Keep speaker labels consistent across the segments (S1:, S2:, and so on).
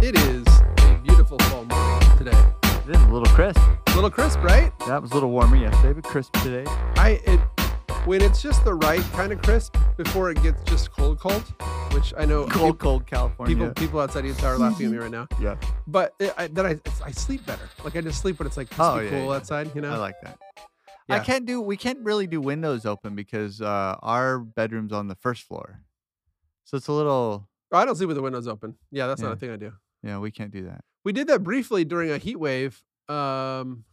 S1: It is a beautiful fall morning today.
S2: This is a little crisp.
S1: A little crisp, right?
S2: That was a little warmer yesterday, but crisp today.
S1: I it when it's just the right kind of crisp before it gets just cold, cold, which I know
S2: Cold,
S1: peop-
S2: cold
S1: people
S2: California.
S1: people outside Utah are laughing at me right now.
S2: yeah,
S1: But it, I, then I it's- I sleep better. Like I just sleep when it's like crispy
S2: Oh, yeah,
S1: cool
S2: yeah.
S1: outside. You know.
S2: I like that. I
S1: Yeah.
S2: can't do. We can't really do windows open because uh, our bedroom's on the first floor, so it's a little.
S1: Oh, I don't sleep with the windows open. Yeah, that's not
S2: Yeah.
S1: a thing I do.
S2: Yeah, we can't do that.
S1: We did that briefly during a heat wave. Um,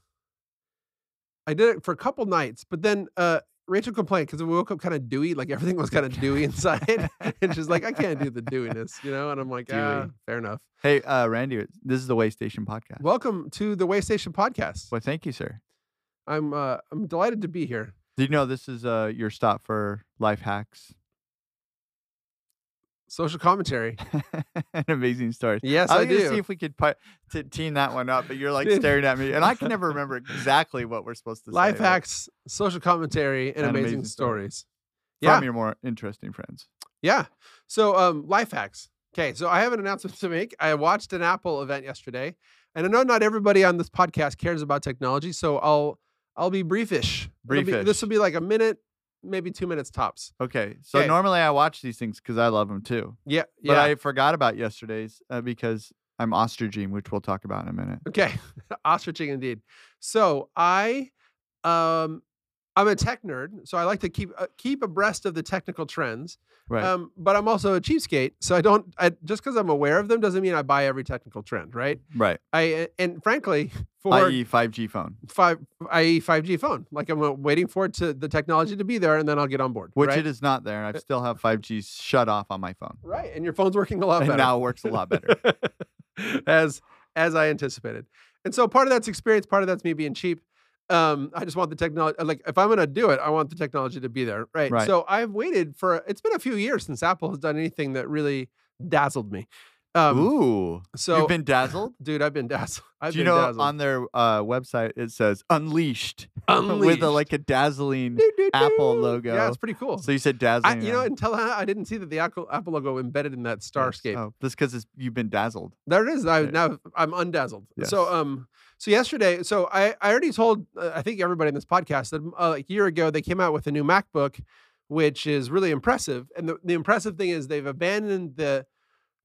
S1: I did it for a couple nights, but then uh, Rachel complained because we woke up kind of dewy, like everything was kind of dewy inside, and she's like, "I can't do the dewiness," you know. And I'm like,
S2: Dewy.
S1: "Ah, fair enough."
S2: Hey, uh, Randy, this is the Waystation podcast.
S1: Welcome to the Waystation Podcast.
S2: Well, thank you, sir.
S1: I'm uh, I'm delighted to be here.
S2: Do you know this is uh, your stop for life hacks
S1: Social commentary.
S2: and amazing stories?
S1: Yes,
S2: I
S1: I,
S2: was gonna see
S1: do.
S2: if we could pi- to team that one up, but you're like
S1: Dude.
S2: staring at me, and I can never remember exactly what we're supposed to
S1: Life
S2: say. but
S1: hacks, social commentary, and,
S2: And
S1: amazing,
S2: amazing stories.
S1: stories.
S2: from
S1: Yeah.
S2: your more interesting friends.
S1: Yeah. So, um, life hacks. Okay. So, I have an announcement to make. I watched an Apple event yesterday, and I know not everybody on this podcast cares about technology. So, I'll I'll be briefish. It'll be- This
S2: Briefish.
S1: will be like a minute, maybe two minutes tops.
S2: Okay, so
S1: Okay.
S2: normally I watch these things because I love them too,
S1: Yeah.
S2: but
S1: Yeah.
S2: I forgot about yesterday's uh, because I'm ostriching, which we'll talk about in a minute.
S1: okay. Ostriching indeed. So, I um. I'm a tech nerd, so I like to keep uh, keep abreast of the technical trends.
S2: Right.
S1: Um, but I'm also a cheapskate, so I don't. I, just because I'm aware of them doesn't mean I buy every technical trend, right?
S2: right.
S1: I and frankly, for
S2: I.e. 5G phone,
S1: five i.e. five G phone. Like I'm uh, waiting for it to the technology to be there, and then I'll get on board.
S2: which
S1: right? Uh,
S2: it is not there. and I still have 5G shut off on my phone,
S1: right, and your phone's working a lot
S2: and
S1: better
S2: now it works a lot better.
S1: as as I anticipated. And so part of that's experience, part of that's me being cheap. Um, I just want the technology. Like if I'm gonna do it, I want the technology to be there, right?
S2: Right.
S1: So I've waited for. It's been a few years since Apple has done anything that really dazzled me. Um,
S2: Ooh,
S1: so
S2: you've been dazzled.
S1: dude, I've been dazzled. I've
S2: Do you
S1: been
S2: know
S1: dazzled.
S2: on their uh, website it says unleashed, with a,
S1: Unleashed.
S2: like a dazzling.
S1: Doo, doo,
S2: Apple
S1: doo. Yeah,
S2: logo.
S1: it's pretty cool.
S2: So you said
S1: I,
S2: dazzling.
S1: you know,
S2: uh,
S1: until I, I didn't see that the Apple, Apple logo embedded in that
S2: yes.
S1: starscape.
S2: Oh, that's because you've been dazzled.
S1: There it is. I,
S2: Yeah.
S1: now I'm undazzled.
S2: Yes.
S1: So um, so yesterday, so I I already told uh, I think everybody in this podcast that uh, a year ago they came out with a new MacBook, which is really impressive. And the, the impressive thing is they've abandoned the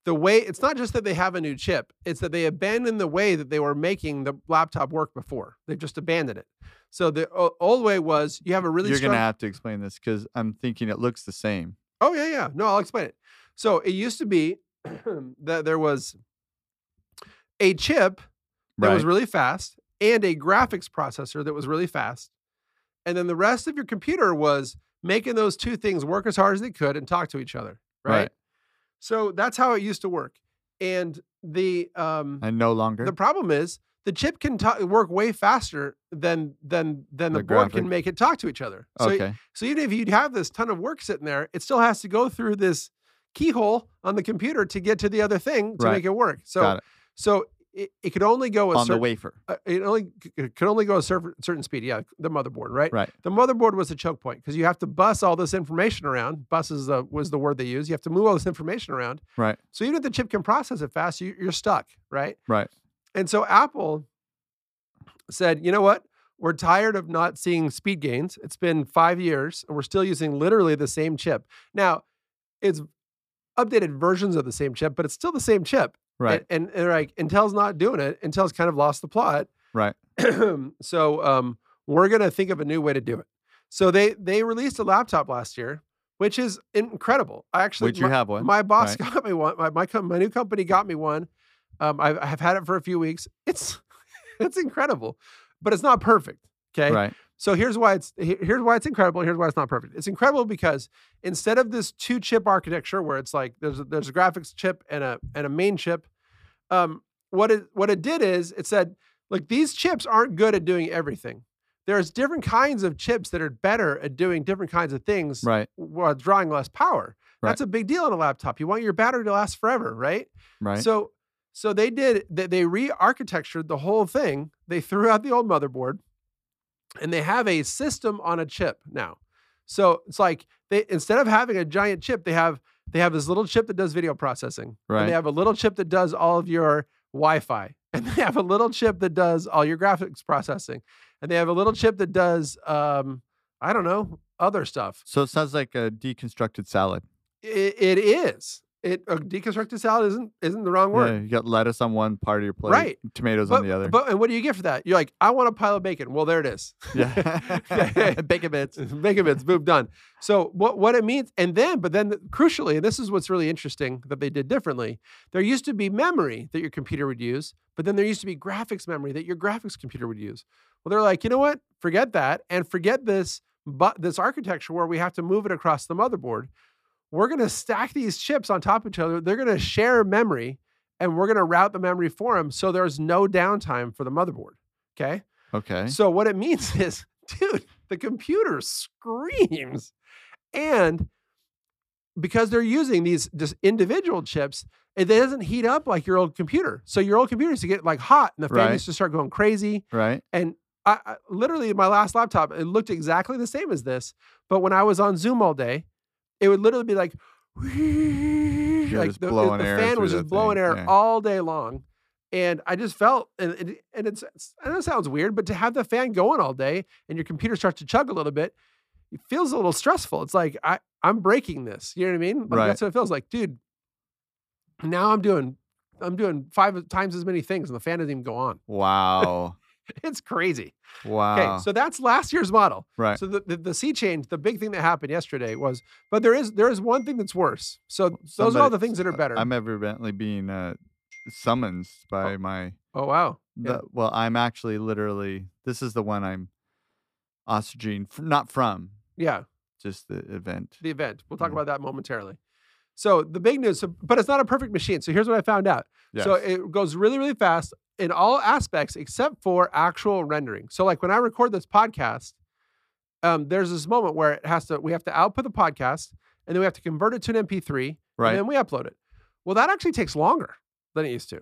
S1: the way. It's not just that they have a new chip; it's that they abandoned the way that they were making the laptop work before. They've just abandoned it. So the o- old way was you have a really
S2: You're
S1: strong,
S2: gonna have to explain this because I'm thinking it looks the same.
S1: Oh yeah, yeah. No, I'll explain it. So it used to be that there was a chip that was really fast and a graphics processor that was really fast, and then the rest of your computer was making those two things work as hard as they could and talk to each other, right?
S2: Right.
S1: So that's how it used to work, and the um,
S2: and no longer.
S1: the problem is the chip can ta- work way faster than than than the,
S2: The
S1: board
S2: graphic-
S1: can make it talk to each other. So
S2: okay.
S1: so even if you'd have this ton of work sitting there, it still has to go through this keyhole on the computer to get to the other thing to
S2: Right.
S1: make it work. So
S2: Got it.
S1: so it, it could only go a
S2: On the
S1: certain
S2: wafer.
S1: uh, it only c- it could only go a certain certain speed. Yeah, the motherboard, right?
S2: Right.
S1: The motherboard was the choke point because you have to bus all this information around. Bus is the, was the word they used. You have to move all this information around.
S2: Right.
S1: So even if the chip can process it fast, you, you're stuck, right?
S2: Right.
S1: And so Apple said, you know what? We're tired of not seeing speed gains. It's been five years and we're still using literally the same chip. Now, it's updated versions of the same chip, but it's still the same chip.
S2: Right.
S1: And, and, and like Intel's not doing it. Intel's kind of lost the plot.
S2: Right.
S1: so um, we're gonna think of a new way to do it. So they they released a laptop last year, which is incredible. I actually
S2: Would you
S1: my,
S2: have one?
S1: my boss
S2: Right.
S1: got me one. My my, com- my new company got me one. Um, I've, I've had it for a few weeks. It's it's incredible, but it's not perfect. Okay.
S2: Right.
S1: So here's why it's he- here's why it's incredible. Here's why it's not perfect. It's incredible because instead of this two chip architecture where it's like there's a, there's a graphics chip and a and a main chip, um, what it what it did is it said look these chips aren't good at doing everything. There's different kinds of chips that are better at doing different kinds of things
S2: Right.
S1: while drawing less power.
S2: Right.
S1: That's a big deal on a laptop. You want your battery to last forever, right?
S2: Right.
S1: So so they did they, they re-architectured the whole thing. They threw out the old motherboard and they have a system on a chip now. So it's like they instead of having a giant chip, they have They have this little chip that does video processing. And
S2: Right.
S1: they have a little chip that does all of your Wi-Fi. And they have a little chip that does all your graphics processing. And they have a little chip that does um, I don't know, other stuff.
S2: So it sounds like a deconstructed salad.
S1: It, it is. It a deconstructed salad isn't isn't the wrong word.
S2: Yeah, you got lettuce on one part of your plate,
S1: Right.
S2: tomatoes
S1: But,
S2: on the other.
S1: but and what do you get for that? You're like, I want a pile of bacon. Well, there it is.
S2: yeah. Bacon bits.
S1: Make of it's boom done. So what what it means, and then but then crucially, and this is what's really interesting that they did differently. There used to be memory that your computer would use, but then there used to be graphics memory that your graphics computer would use. Well, they're like, you know what? Forget that, and forget this but this architecture where we have to move it across the motherboard. We're going to stack these chips on top of each other. They're going to share memory, and we're going to route the memory for them, so there's no downtime for the motherboard. Okay.
S2: Okay.
S1: So what it means is, dude, the computer screams. And because they're using these just individual chips, it doesn't heat up like your old computer. So your old computer used to get like hot and the fan
S2: Right.
S1: used to start going crazy.
S2: Right.
S1: And I, I literally my last laptop, it looked exactly the same as this. But when I was on Zoom all day, it would literally be like, like
S2: just
S1: the, the-
S2: blowing
S1: the
S2: air
S1: fan
S2: through
S1: was
S2: that
S1: just blowing
S2: thing,
S1: air
S2: yeah.
S1: all day long. And I just felt, and, and, and it's, it's- I know it sounds weird, but to have the fan going all day and your computer starts to chug a little bit, it feels a little stressful. It's like, I, I'm breaking this. You know what I mean? Like,
S2: Right.
S1: That's what it feels like. Dude, now I'm doing, I'm doing five times as many things and the fan doesn't even go on.
S2: Wow.
S1: It's crazy.
S2: Wow.
S1: Okay, so that's last year's model.
S2: Ah. right.
S1: So the, the, the sea change, the big thing that happened yesterday was, but there is there is one thing that's worse. So those are all
S2: Somebody-
S1: the things that are
S2: uh,
S1: better.
S2: I'm evidently being uh, summoned by my.
S1: oh wow, Yeah.
S2: The, well, I'm actually literally. This is the one I'm ostracing, f- not from,
S1: yeah,
S2: just the event.
S1: the event. We'll talk
S2: Mhm.
S1: about that momentarily. So the big news, so, but it's not a perfect machine. So here's what I found out. So
S2: Yes.
S1: it goes really really fast in all aspects except for actual rendering. So like when I record this podcast, um, there's this moment where it has to we have to output the podcast and then we have to convert it to an MP3
S2: right.
S1: and then we upload it. Well, that actually takes longer than it used to,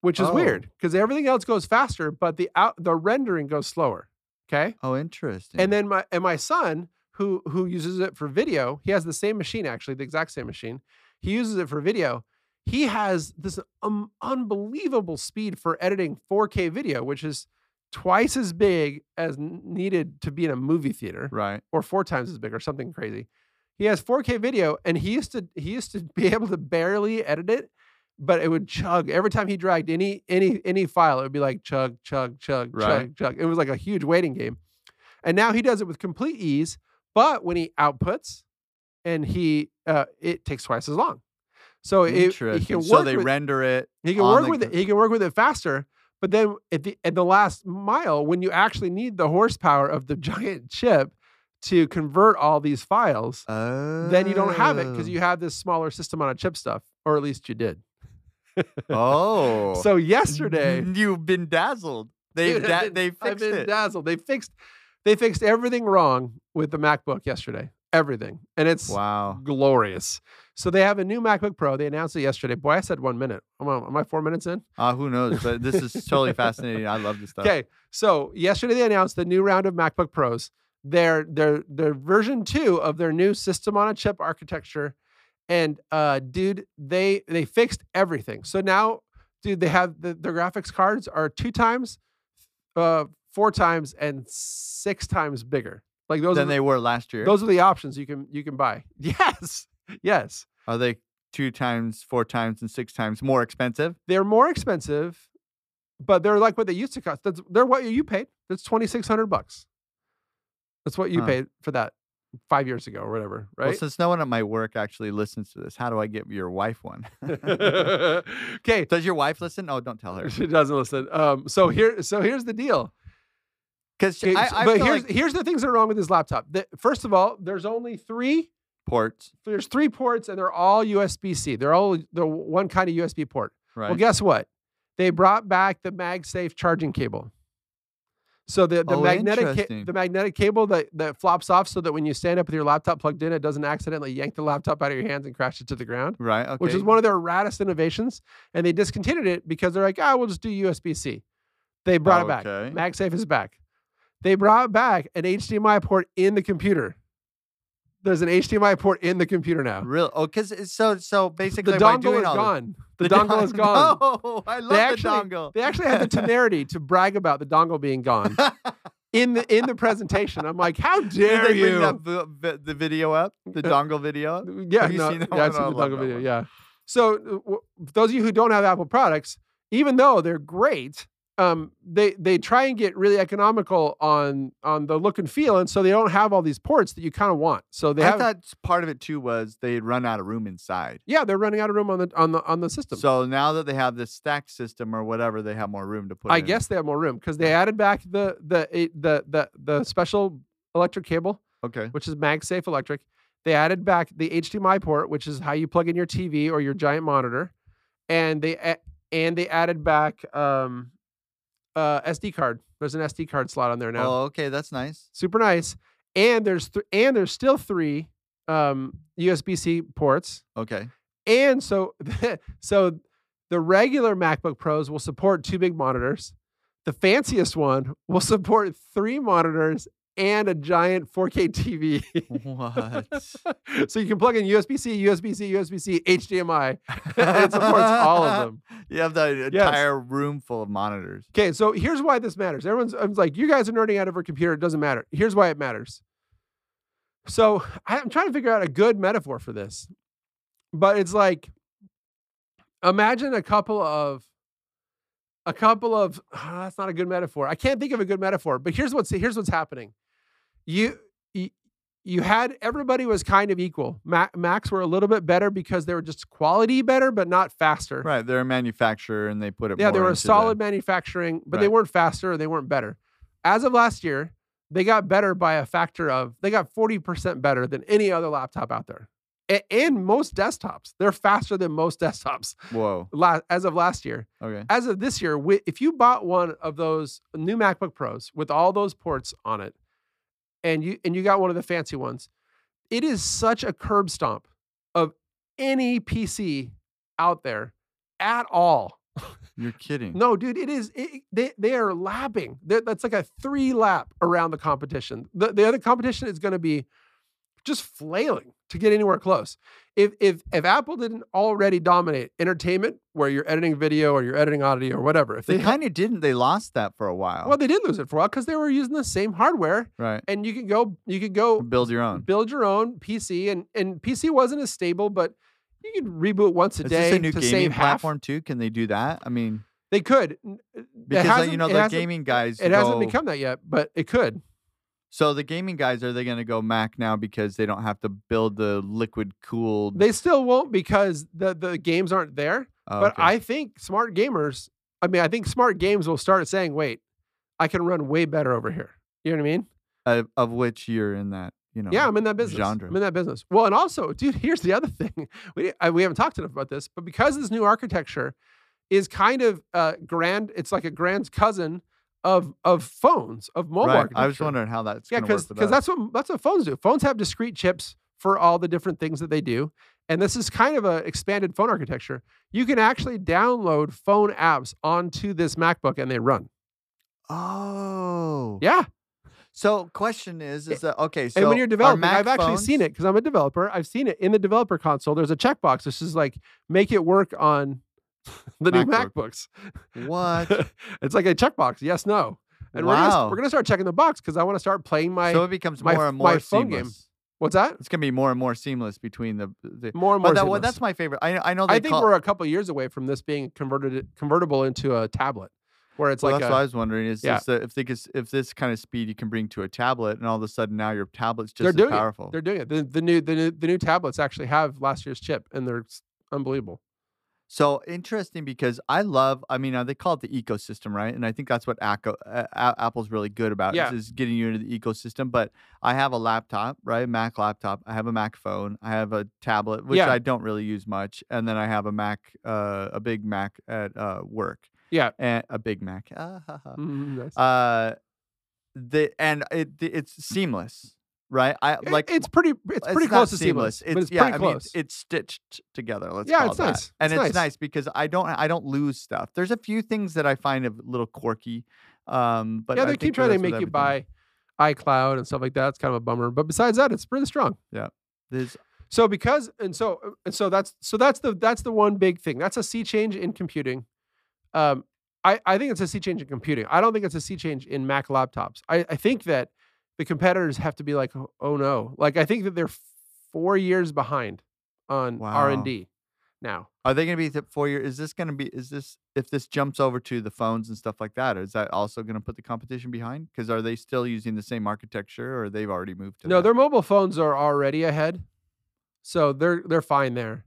S1: which is
S2: Oh.
S1: weird because everything else goes faster, but the out the rendering goes slower. Okay,
S2: oh, interesting.
S1: and then my and my son who who uses it for video, he has the same machine actually, the exact same machine. He uses it for video. He has this um, unbelievable speed for editing 4K video, which is twice as big as n- needed to be in a movie theater
S2: Right.
S1: or four times as big or something crazy. He has 4K video and he used to he used to be able to barely edit it, but it would chug every time he dragged any any any file, it would be like chug, chug, chug,
S2: Right.
S1: chug, chug. It was like a huge waiting game. And now he does it with complete ease, but when he outputs and he uh it takes twice as long. So it, he
S2: interesting.
S1: can work
S2: so they
S1: with,
S2: render it.
S1: he can
S2: on
S1: work
S2: the
S1: with it.
S2: gr-
S1: He can work with it faster. But then at the at the last mile, when you actually need the horsepower of the giant chip to convert all these files,
S2: Oh.
S1: then you don't have it because you have this smaller system on a chip stuff, or at least you did.
S2: Oh.
S1: So yesterday,
S2: You've been dazzled. They've
S1: Dude, I've
S2: da-
S1: been-
S2: they
S1: I've
S2: fixed
S1: been
S2: it.
S1: dazzled. They fixed they fixed everything wrong with the MacBook yesterday. Everything, and it's
S2: wow.
S1: glorious. So they have a new MacBook Pro. They announced it yesterday. Boy, I said one minute. Am I, am I four minutes in?
S2: Uh, who knows? But this is totally fascinating. I love this stuff.
S1: Okay, so yesterday they announced the new round of MacBook Pros. Their their their version two of their new system on a chip architecture, and uh, dude, they they fixed everything. So now, dude, they have the, their graphics cards are two times, uh, four times, and six times bigger. Like those are
S2: than
S1: the,
S2: they were last year.
S1: those are the options you can you can buy. Yes, yes,
S2: Are they two times, four times, and six times more expensive?
S1: they're more expensive, but they're like what they used to cost. That's they're what you paid. That's twenty six hundred bucks. That's what you
S2: Huh.
S1: paid for that five years ago or whatever,
S2: Well,
S1: right?
S2: since no one at my work actually listens to this, how do I get your wife one?
S1: okay,
S2: Does your wife listen? Oh, don't tell her.
S1: she doesn't listen. Um, so here, so here's the deal.
S2: Because
S1: Okay,
S2: I,
S1: so-
S2: I
S1: but
S2: feel
S1: here's
S2: like
S1: here's the things that are wrong with this laptop. The, first of all, there's only three.
S2: ports,
S1: There's three ports, and they're all USB C. They're all the one kind of USB port.
S2: right?
S1: Well, guess what? They brought back the MagSafe charging cable. So the, the
S2: Oh,
S1: magnetic ca-
S2: interesting.
S1: the magnetic cable that, that flops off so that when you stand up with your laptop plugged in, it doesn't accidentally yank the laptop out of your hands and crash it to the ground,
S2: right. Okay.
S1: which is one of their raddest innovations. And they discontinued it because they're like, ah, we'll just do USB C. They brought
S2: Okay.
S1: it back. MagSafe is back. They brought back an HDMI port in the computer. There's an HDMI port in the computer now.
S2: Real oh, because so so basically
S1: the
S2: by
S1: dongle
S2: doing
S1: is
S2: all this-
S1: gone. The, dongle is
S2: don-
S1: gone.
S2: No, I love
S1: They
S2: the
S1: actually-
S2: dongle.
S1: They actually had the temerity to brag about the dongle being gone in the in the presentation. I'm like, how
S2: Did
S1: dare
S2: they bring
S1: you?
S2: that vi- vi- the video up, the
S1: Uh,
S2: dongle video up.
S1: Yeah,
S2: Have you
S1: no,
S2: seen that
S1: yeah,
S2: one? Oh,
S1: I've seen the
S2: I love
S1: dongle
S2: that
S1: video.
S2: one.
S1: Yeah. So uh, w- for those of you who don't have Apple products, even though they're great, um, they they try and get really economical on on the look and feel, and so they don't have all these ports that you kind of want. So they
S2: I
S1: have,
S2: thought s- part of it too was they'd run out of room inside.
S1: yeah, they're running out of room on the on the on the system.
S2: So now that they have this stack system or whatever, they have more room to put.
S1: I
S2: in.
S1: guess they have more room because they added back the the eh, the the the special electric cable,
S2: Okay.
S1: which is MagSafe electric. They added back the HDMI port, which is how you plug in your TV or your giant monitor, and they a- and they added back um, uh, SD card. There's an SD card slot on there now.
S2: Oh, okay, that's nice.
S1: Super nice. And there's th- and there's still three um, USB-C ports.
S2: Okay.
S1: And so, so the regular MacBook Pros will support two big monitors. The fanciest one will support three monitors and a giant 4K TV.
S2: What?
S1: so you can plug in USB C, USB C, USB C, HDMI. it supports all of them.
S2: You have that
S1: Yes.
S2: entire room full of monitors.
S1: Okay, so here's why this matters. Everyone's I was like, you guys are nerding out over a computer. It doesn't matter. Here's why it matters. So I- I'm trying to figure out a good metaphor for this, but it's like, imagine a couple of, a couple of. ah, that's not a good metaphor. I can't think of a good metaphor. But here's what's here's what's happening. You. you you had everybody was kind of equal. Ma- Macs were a little bit better because they were just quality better, but not faster.
S2: Right. They're a manufacturer and they put it.
S1: Yeah, they
S2: more
S1: were a
S2: into the-
S1: solid manufacturing, but they
S2: Right.
S1: weren't faster. They weren't better. As of last year, they got better by a factor of they got forty percent better than any other laptop out there, A- and most desktops. They're faster than most desktops.
S2: Whoa.
S1: La- as of last year,
S2: Okay.
S1: as of this year, wi- if you bought one of those new MacBook Pros with all those ports on it, and you and you got one of the fancy ones, it is such a curb stomp of any PC out there at all.
S2: You're kidding.
S1: No, dude, it is. It, it- they they are lapping. They're- that's like a three lap around the competition. The, the other competition is going to be just flailing to get anywhere close. If if if Apple didn't already dominate entertainment, where you're editing video or you're editing audio or whatever, if they,
S2: They kind of didn't. They lost that for a while.
S1: well, they did lose it for a while because they were using the same hardware,
S2: right.
S1: and you could go you could go
S2: Build your own.
S1: build your own PC, and and PC wasn't as stable, but you could reboot once a
S2: Is
S1: day
S2: this a new
S1: to
S2: gaming
S1: save half.
S2: platform too? Can they do that? I mean,
S1: They could N- it
S2: because uh, you
S1: hasn't-
S2: know
S1: it
S2: the
S1: hasn't-
S2: gaming guys.
S1: It hasn't
S2: go-
S1: become that yet, but it could.
S2: So the gaming guys are they going to go Mac now because they don't have to build the liquid cooled?
S1: They still won't because the the games aren't there.
S2: Oh,
S1: But
S2: okay.
S1: I think smart gamers, I mean, I think smart games will start saying, "Wait, I can run way better over here." You know what I mean?
S2: of, of which you're in that you know.
S1: yeah, I'm in that business.
S2: genre.
S1: I'm in that business. Well, and also, dude, here's the other thing. We I, we haven't talked enough about this, but because this new architecture is kind of uh, grand, it's like a grand cousin of of phones of mobile.
S2: right. I was
S1: architecture.
S2: wondering how that's
S1: Yeah,
S2: going to work
S1: because
S2: with
S1: because
S2: us.
S1: that's what that's what phones do. Phones have discrete chips for all the different things that they do, and this is kind of an expanded phone architecture. You can actually download phone apps onto this MacBook, and they run.
S2: oh
S1: Yeah,
S2: So question is is that okay? So
S1: and when you're
S2: are
S1: developing,
S2: Mac
S1: I've actually seen
S2: phones-
S1: it because I'm a developer. I've seen it in the developer console. There's a checkbox. This is like make it work on the new
S2: MacBook.
S1: MacBooks.
S2: What?
S1: it's like a checkbox. Yes, no. And we're gonna,
S2: Wow.
S1: s- we're gonna start checking the box because I want to start playing my
S2: so it becomes
S1: my
S2: more
S1: f-
S2: and
S1: my
S2: more
S1: phone game.
S2: seamless.
S1: what's that
S2: It's going to be more and more seamless between the the.
S1: more and more.
S2: But that, well,
S1: seamless.
S2: that's my favorite. I I know they
S1: I think
S2: call,
S1: we're a couple years away from this being converted convertible into a tablet, where it's
S2: well,
S1: like
S2: that's
S1: a-
S2: what I was wondering is
S1: yeah.
S2: just that if they could, s- if this kind of speed you can bring to a tablet and all of a sudden now your tablet's
S1: They're
S2: just as
S1: doing it.
S2: powerful.
S1: they're doing it. The, the new the new the new tablets actually have last year's chip, and they're s- unbelievable.
S2: So interesting because I love, I mean, uh, they call it the ecosystem, right? And I think that's what Acco, uh, A- Apple's really good about
S1: Yeah.
S2: is, is getting you into the ecosystem. But I have a laptop, right? Mac laptop. I have a Mac phone. I have a tablet, which
S1: Yeah.
S2: I don't really use much. And then I have a Mac, uh, a big Mac at uh, work.
S1: Yeah.
S2: And a big Mac. Ah, ha, ha.
S1: Mm, nice.
S2: Uh, the, and it, it's seamless, right? I
S1: It-
S2: like
S1: it's pretty it's pretty
S2: not
S1: close to seamless,
S2: It's,
S1: but it's
S2: yeah,
S1: pretty
S2: I mean,
S1: close.
S2: it's stitched together. Let's
S1: Yeah,
S2: call
S1: it's
S2: it that.
S1: nice.
S2: and
S1: It's
S2: it's
S1: nice.
S2: nice. because I don't I don't lose stuff. There's a few things that I find a little quirky, um, but
S1: yeah,
S2: I
S1: they
S2: think
S1: keep
S2: that
S1: trying to
S2: that's with
S1: make you
S2: everything.
S1: buy. iCloud and stuff like that. It's kind of a bummer, but besides that, it's really strong.
S2: There's
S1: So because and so and so that's so that's the that's the one big thing. That's a sea change in computing. Um, I I think it's a sea change in computing. I don't think it's a sea change in Mac laptops. I I think that the competitors have to be like, oh, oh no, like I think that they're four years behind on R and
S2: Wow.
S1: D now.
S2: are they going to be th- four year? Is this going to be? Is this if this jumps over to the phones and stuff like that? Is that also going to put the competition behind? Because are they still using the same architecture, or they've already moved to?
S1: No,
S2: that?
S1: their mobile phones are already ahead, so they're they're fine there.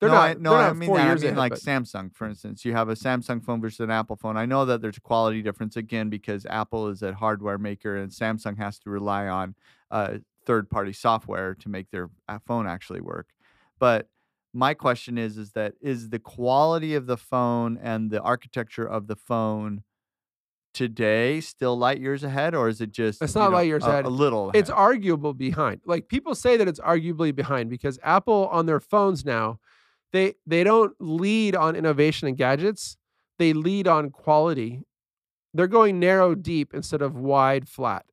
S1: They're
S2: no,
S1: not.
S2: I, no,
S1: they're
S2: I
S1: not
S2: mean,
S1: four
S2: that.
S1: years
S2: I mean
S1: ahead,
S2: like
S1: but-
S2: Samsung, for instance. You have a Samsung phone versus an Apple phone. I know that there's a quality difference again because Apple is a hardware maker and Samsung has to rely on uh, third-party software to make their a- phone actually work. But my question is, is that is the quality of the phone and the architecture of the phone today still light years ahead, or is it just
S1: It's
S2: you
S1: not
S2: know,
S1: light years
S2: a-
S1: ahead.
S2: A little.
S1: it's
S2: ahead?
S1: arguable behind. Like people say that it's arguably behind because Apple on their phones now, they they don't lead on innovation and gadgets. They lead on quality. They're going narrow deep instead of wide flat.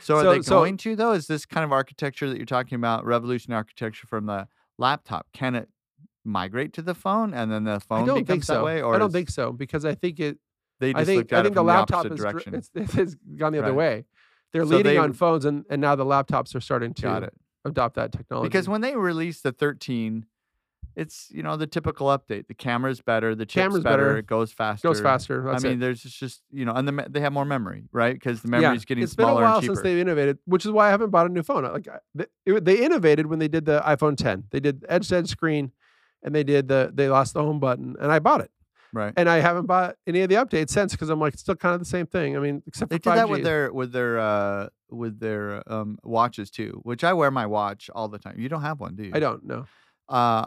S2: So are
S1: So-
S2: they
S1: so-
S2: going to though? Is this kind of architecture that you're talking about, revolutionary architecture from the laptop? Can it migrate to the phone and then the phone
S1: I don't
S2: becomes
S1: think so.
S2: that way? Or
S1: I
S2: is-
S1: don't think so because I think it.
S2: they just
S1: I think
S2: looked
S1: I
S2: at
S1: think
S2: it
S1: the
S2: from
S1: laptop
S2: opposite
S1: is dr-
S2: direction.
S1: it's, it's gone the other
S2: Right.
S1: way. They're
S2: So
S1: leading
S2: they-
S1: on phones and, and now the laptops are starting to
S2: Got it.
S1: adopt that technology.
S2: Because when they released the 13, it's you know the typical update. The camera's better, the chip's
S1: Camera's
S2: better,
S1: better,
S2: it goes faster.
S1: goes faster.
S2: I
S1: That's
S2: mean,
S1: it.
S2: there's just, just you know, and the, me- they have more memory, right? Because the
S1: Yeah,
S2: memory's getting
S1: it's been a
S2: smaller
S1: while
S2: and cheaper.
S1: since they've innovated, which is why I haven't bought a new phone. Like I- they, it- they innovated when they did the iPhone 10. They did edge to edge screen, and they did the they lost the home button, and I bought it,
S2: right.
S1: and I haven't bought any of the updates since because I'm like it's still kind of the same thing. I mean, except
S2: They
S1: for
S2: did
S1: 5G.
S2: that with their with their uh with their um watches too, which I wear my watch all the time. You don't have one, do you?
S1: I don't know.
S2: uh,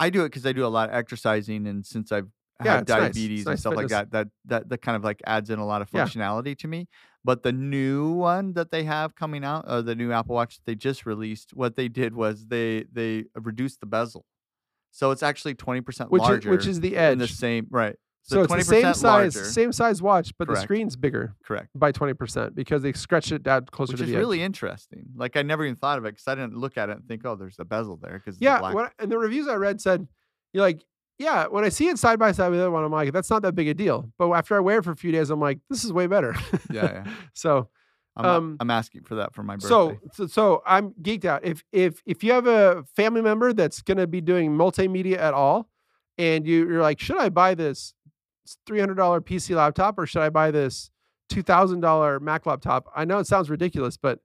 S2: I do it because I do a lot of exercising, and since I've
S1: Yeah,
S2: had
S1: it's nice. It's
S2: diabetes and
S1: nice
S2: stuff like
S1: fitness.
S2: that, that that that kind of like adds in a lot of
S1: Yeah.
S2: functionality to me. But the new one that they have coming out, uh, the new Apple Watch that they just released, what they did was they they reduced the bezel, so it's actually twenty percent
S1: Which is,
S2: larger.
S1: which is the
S2: in
S1: edge.
S2: the same right.
S1: so it's the same
S2: 20%
S1: size,
S2: larger.
S1: same size watch, but the
S2: Correct.
S1: screen's bigger
S2: Correct.
S1: by 20% because they scratched it down closer
S2: Which
S1: to
S2: is
S1: the edge.
S2: really interesting. Like I never even thought of it because I didn't look at it and think, "Oh, there's a bezel there." Because
S1: Yeah,
S2: the black
S1: what, and the reviews I read said, you're like, yeah, when I see it side by side with the other one, I'm like, that's not that big a deal. But after I wear it for a few days, I'm like, this is way better.
S2: Yeah, yeah.
S1: so,
S2: I'm,
S1: Um,
S2: I'm asking for that for my birthday.
S1: so, so, so I'm geeked out. If if if you have a family member that's gonna be doing multimedia at all, and you, you're like, should I buy this $300 PC laptop or should I buy this $2,000 Mac laptop? I know it sounds ridiculous, but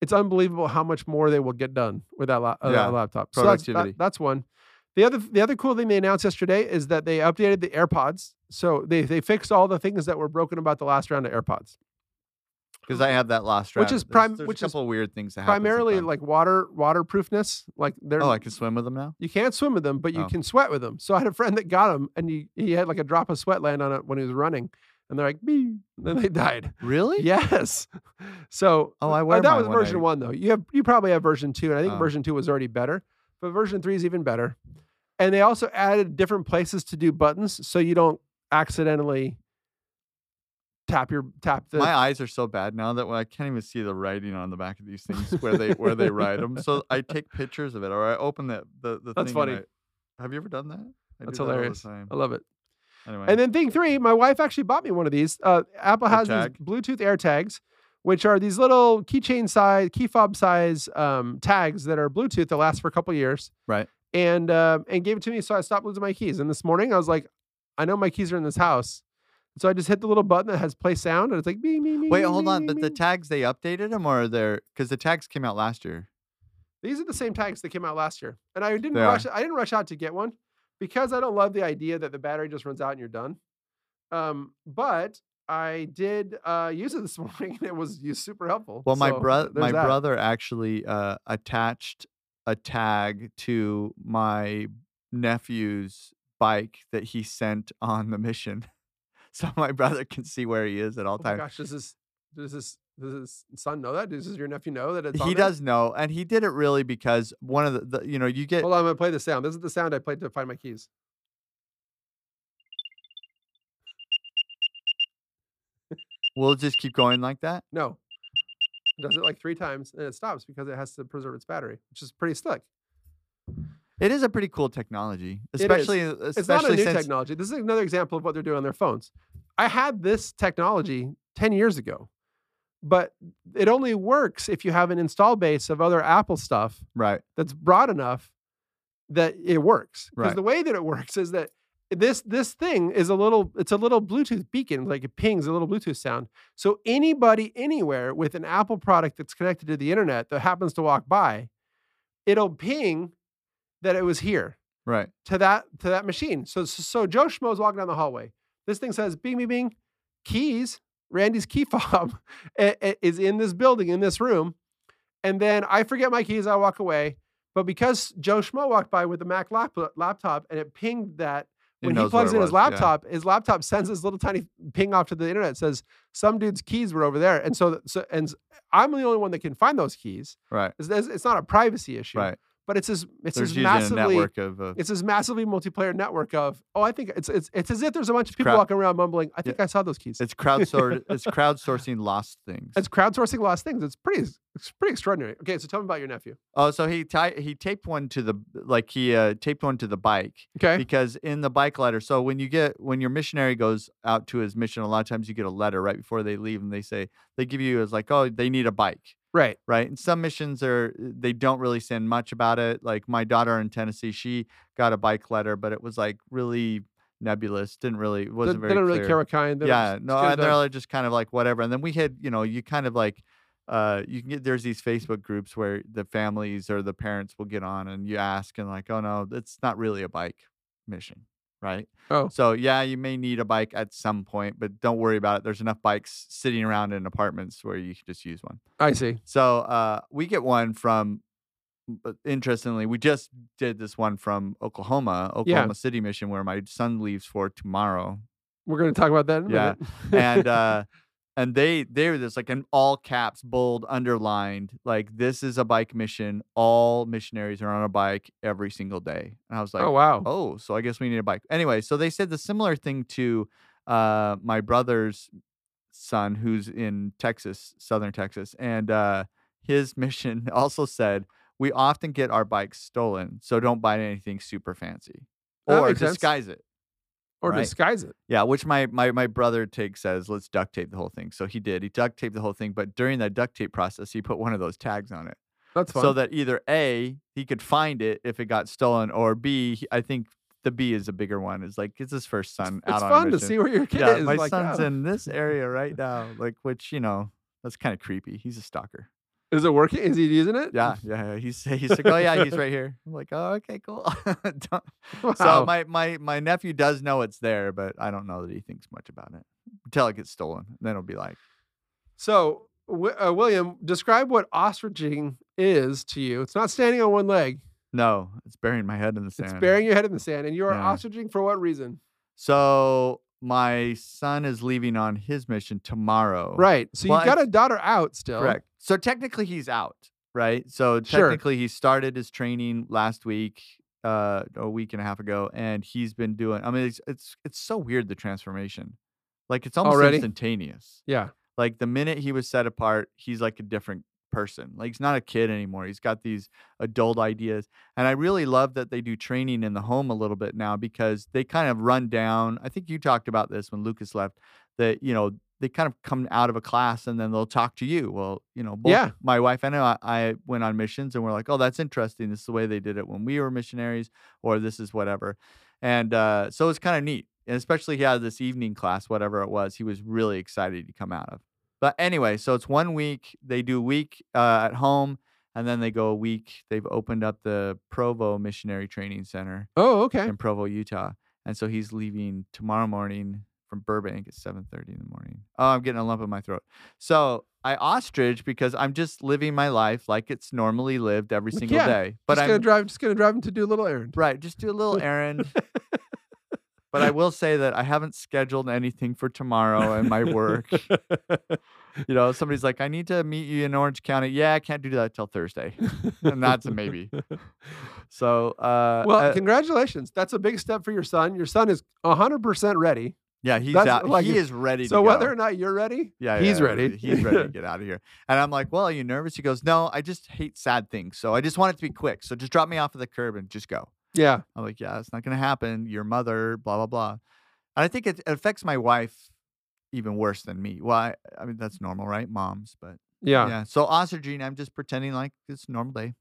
S1: it's unbelievable how much more they will get done with that, la- uh,
S2: Yeah,
S1: that laptop. So that's, that-
S2: productivity.
S1: that's one. The other, the other cool thing they announced yesterday is that they updated the AirPods. So they, they fixed all the things that were broken about the last round of AirPods.
S2: because I have that last round.
S1: Which is
S2: There's-
S1: prim-
S2: there's
S1: which
S2: a
S1: is
S2: couple weird things that happen
S1: Primarily
S2: sometimes.
S1: like water waterproofness. Like they're
S2: oh, I can swim with them now.
S1: you can't swim with them, but you
S2: Oh.
S1: can sweat with them. So I had a friend that got them, and he, he had like a drop of sweat land on it when he was running, and they're like, "Bee," and then they died.
S2: Really?
S1: Yes. So
S2: Oh, I
S1: uh,
S2: wear
S1: that
S2: mine
S1: was
S2: when I-
S1: version one though. You have you probably have version two, and I think
S2: Oh.
S1: version two was already better, but version three is even better. And they also added different places to do buttons, so you don't accidentally tap your tap the.
S2: My eyes are so bad now that when I can't even see the writing on the back of these things where they where they write them. So I take pictures of it, or I open the the, the
S1: That's
S2: thing and
S1: funny.
S2: I- have you ever done that? I
S1: That's
S2: do that all the
S1: hilarious.
S2: time.
S1: I love it.
S2: Anyway,
S1: And then thing three, my wife actually bought me one of these. Uh, Apple has
S2: AirTag?
S1: these Bluetooth AirTags, which are these little keychain size, key fob size um, tags that are Bluetooth that last for a couple years.
S2: Right.
S1: And uh, and gave it to me, so I stopped losing my keys. And this morning, I was like, I know my keys are in this house, so I just hit the little button that has play sound, and it's like, me, me, me.
S2: wait, hold on. But the tags they updated them, or they're because the tags came out last year.
S1: These are the same tags that came out last year, and I didn't
S2: They
S1: rush. I didn't rush out to get one because I don't love the idea that the battery just runs out and you're done. Um, but I did uh, use it this morning, and it was u- super helpful.
S2: Well, my
S1: So,
S2: brother,
S1: there's
S2: my
S1: that.
S2: brother actually uh, attached a tag to my nephew's bike that he sent on the mission, so my brother can see where he is at all
S1: Oh my
S2: times.
S1: gosh, does this does this does his son know that? Does his- your nephew know that it's? on
S2: he
S1: there?
S2: does know, and he did it really because one of the, the you know you get
S1: Hold on, I'm gonna play the sound. This is the sound I played to find my keys. uh
S2: we'll just keep going like that.
S1: No, does it like three times and it stops because it has to preserve its battery, which is pretty slick.
S2: It is a pretty cool technology,
S1: is.
S2: especially uh,
S1: It's not a
S2: especially
S1: new
S2: since
S1: technology. This is another example of what they're doing on their phones. I had this technology 10 years ago, but it only works if you have an install base of other Apple stuff
S2: right.
S1: that's broad enough that it works. Because
S2: Right.
S1: the way that it works is that this this thing is a little it's a little Bluetooth beacon, like it pings a little Bluetooth sound. So anybody anywhere with an Apple product that's connected to the internet that happens to walk by, it'll ping that it was here
S2: Right.
S1: to that to that machine. So so, so Joe Schmo's walking down the hallway. This thing says bing bing bing, keys. Randy's key fob i- i- is in this building in this room, and then I forget my keys. I walk away, but because Joe Schmo walked by with a Mac lap- laptop and it pinged that.
S2: It
S1: When he
S2: knows what
S1: plugs
S2: it
S1: in his
S2: was, yeah.
S1: laptop, his laptop sends this little tiny ping off to the internet. Says some dude's keys were over there, and so, th- so and s- I'm the only one that can find those keys.
S2: Right.
S1: It's, it's it's not a privacy issue,
S2: Right.
S1: but it's this it's
S2: There's
S1: this
S2: usually a
S1: massively
S2: network of uh,
S1: it's this massively multiplayer network of oh i think it's it's, it's as if there's a bunch of people
S2: crowd-
S1: walking around mumbling i think i saw those keys
S2: it's crowdsourced it's crowdsourcing lost things.
S1: it's crowdsourcing lost things it's pretty it's pretty extraordinary okay so tell me about your nephew
S2: Oh, so he ti- he taped one to the like he uh, taped one to the bike
S1: okay
S2: because in the bike letter so when you get when your missionary goes out to his mission a lot of times you get a letter right before they leave and they say they give you as like oh they need a bike
S1: right
S2: right and some missions are they don't really send much about it like my daughter in tennessee she got a bike letter but it was like really nebulous didn't really
S1: they,
S2: wasn't
S1: they
S2: very
S1: don't
S2: clear
S1: really care what kind they're
S2: yeah
S1: just-
S2: no
S1: just get it
S2: and they're
S1: done.
S2: all just kind of like whatever and then we had you know you kind of like uh you can get there's these facebook groups where the families or the parents will get on and you ask and like oh no it's not really a bike mission right
S1: Oh.
S2: so yeah you may need a bike at some point but don't worry about it there's enough bikes sitting around in apartments where you can just use one
S1: i see
S2: so uh, we get one from, but interestingly, we just did this one from Oklahoma,
S1: Yeah.
S2: Oklahoma City Mission, where my son leaves for tomorrow,
S1: we're going to talk about that in a
S2: Yeah,
S1: minute.
S2: and uh, and they they were just like in all caps, bold, underlined, like this is a bike mission. All missionaries are on a bike every single day, and I was like,
S1: oh wow
S2: Oh, so I guess we need a bike. Anyway, so they said the similar thing to uh, my brother's son, who's in Texas, southern Texas, and uh, his mission also said, "We often get our bikes stolen, so don't buy anything super fancy
S1: That
S2: or
S1: makes sense.
S2: disguise it."
S1: or
S2: right.
S1: disguise it
S2: Yeah, which my my my brother takes as let's duct tape the whole thing. So he did. He duct taped the whole thing, but during that duct tape process, he put one of those tags on it
S1: that's fun
S2: so that either a he could find it if it got stolen or b he- i think the b is a bigger one is like it's his first
S1: it's,
S2: son out
S1: it's
S2: on a
S1: fun to
S2: mission.
S1: see where your kid
S2: yeah
S1: is
S2: my
S1: like,
S2: son's
S1: oh.
S2: in this area right now like which you know that's kind of creepy he's a stalker
S1: is it working is he using it
S2: yeah yeah yeah. he's he's like oh yeah he's right here i'm like oh okay cool Don't-
S1: wow.
S2: so my my my nephew does know it's there but i don't know that he thinks much about it until it gets stolen then it'll be like
S1: So, Wi- uh, William, describe what ostriching is to you. It's not standing on one leg.
S2: no it's burying my head in the sand
S1: It's burying your head in the sand, and you are
S2: Yeah.
S1: ostriching for what reason?
S2: so my son is leaving on his mission tomorrow
S1: Right. So
S2: Well,
S1: you've got
S2: it's-
S1: a daughter out still.
S2: Correct. So technically he's out, right? So
S1: Sure.
S2: technically he started his training last week, uh, a week and a half ago, and he's been doing. I mean, it's it's, it's so weird the transformation, like it's almost
S1: Already?
S2: instantaneous.
S1: Yeah.
S2: Like the minute he was set apart, he's like a different person. Like he's not a kid anymore. He's got these adult ideas, and I really love that they do training in the home a little bit now because they kind of run down. I think you talked about this when Lucas left. That you know they kind of come out of a class and then they'll talk to you. Well, you know, both
S1: Yeah.
S2: my wife and I, I went on missions and we're like, oh, that's interesting. This is the way they did it when we were missionaries, or this is whatever. And uh, so it's kind of neat. And especially he had this evening class, whatever it was, he was really excited to come out of. But anyway, so it's one week. They do a week uh, at home, and then they go a week. They've opened up the Provo Missionary Training Center
S1: Oh, okay.
S2: in Provo, Utah. And so he's leaving tomorrow morning from Burbank at 7:30 in the morning. Oh, I'm getting a lump in my throat. So I ostrich because I'm just living my life like it's normally lived every
S1: Like,
S2: single
S1: yeah,
S2: day. But
S1: just
S2: I'm
S1: gonna drive. Just gonna drive him to do a little errand.
S2: right, just do a little errand. but I will say that I haven't scheduled anything for tomorrow in my work. you know, somebody's like, I need to meet you in Orange County. Yeah, I can't do that till Thursday. and that's a maybe. So uh
S1: Well,
S2: uh,
S1: congratulations. That's a big step for your son. Your son is 100% ready.
S2: Yeah, he's
S1: That's
S2: out.
S1: like-
S2: he is ready. to
S1: So whether
S2: go.
S1: or not you're ready,
S2: yeah,
S1: he's
S2: yeah,
S1: ready.
S2: He's ready to get out of here. And I'm like, well, are you nervous? He goes, no, I just hate sad things. So I just want it to be quick. So just drop me off at the curb and just go.
S1: yeah,
S2: I'm like, yeah, it's not gonna happen. Your mother, blah blah blah. And I think it, it affects my wife even worse than me. Well, I, I mean that's normal, right? Moms, but
S1: yeah, yeah.
S2: yeah. So So Gene, I'm just pretending like it's a normal day.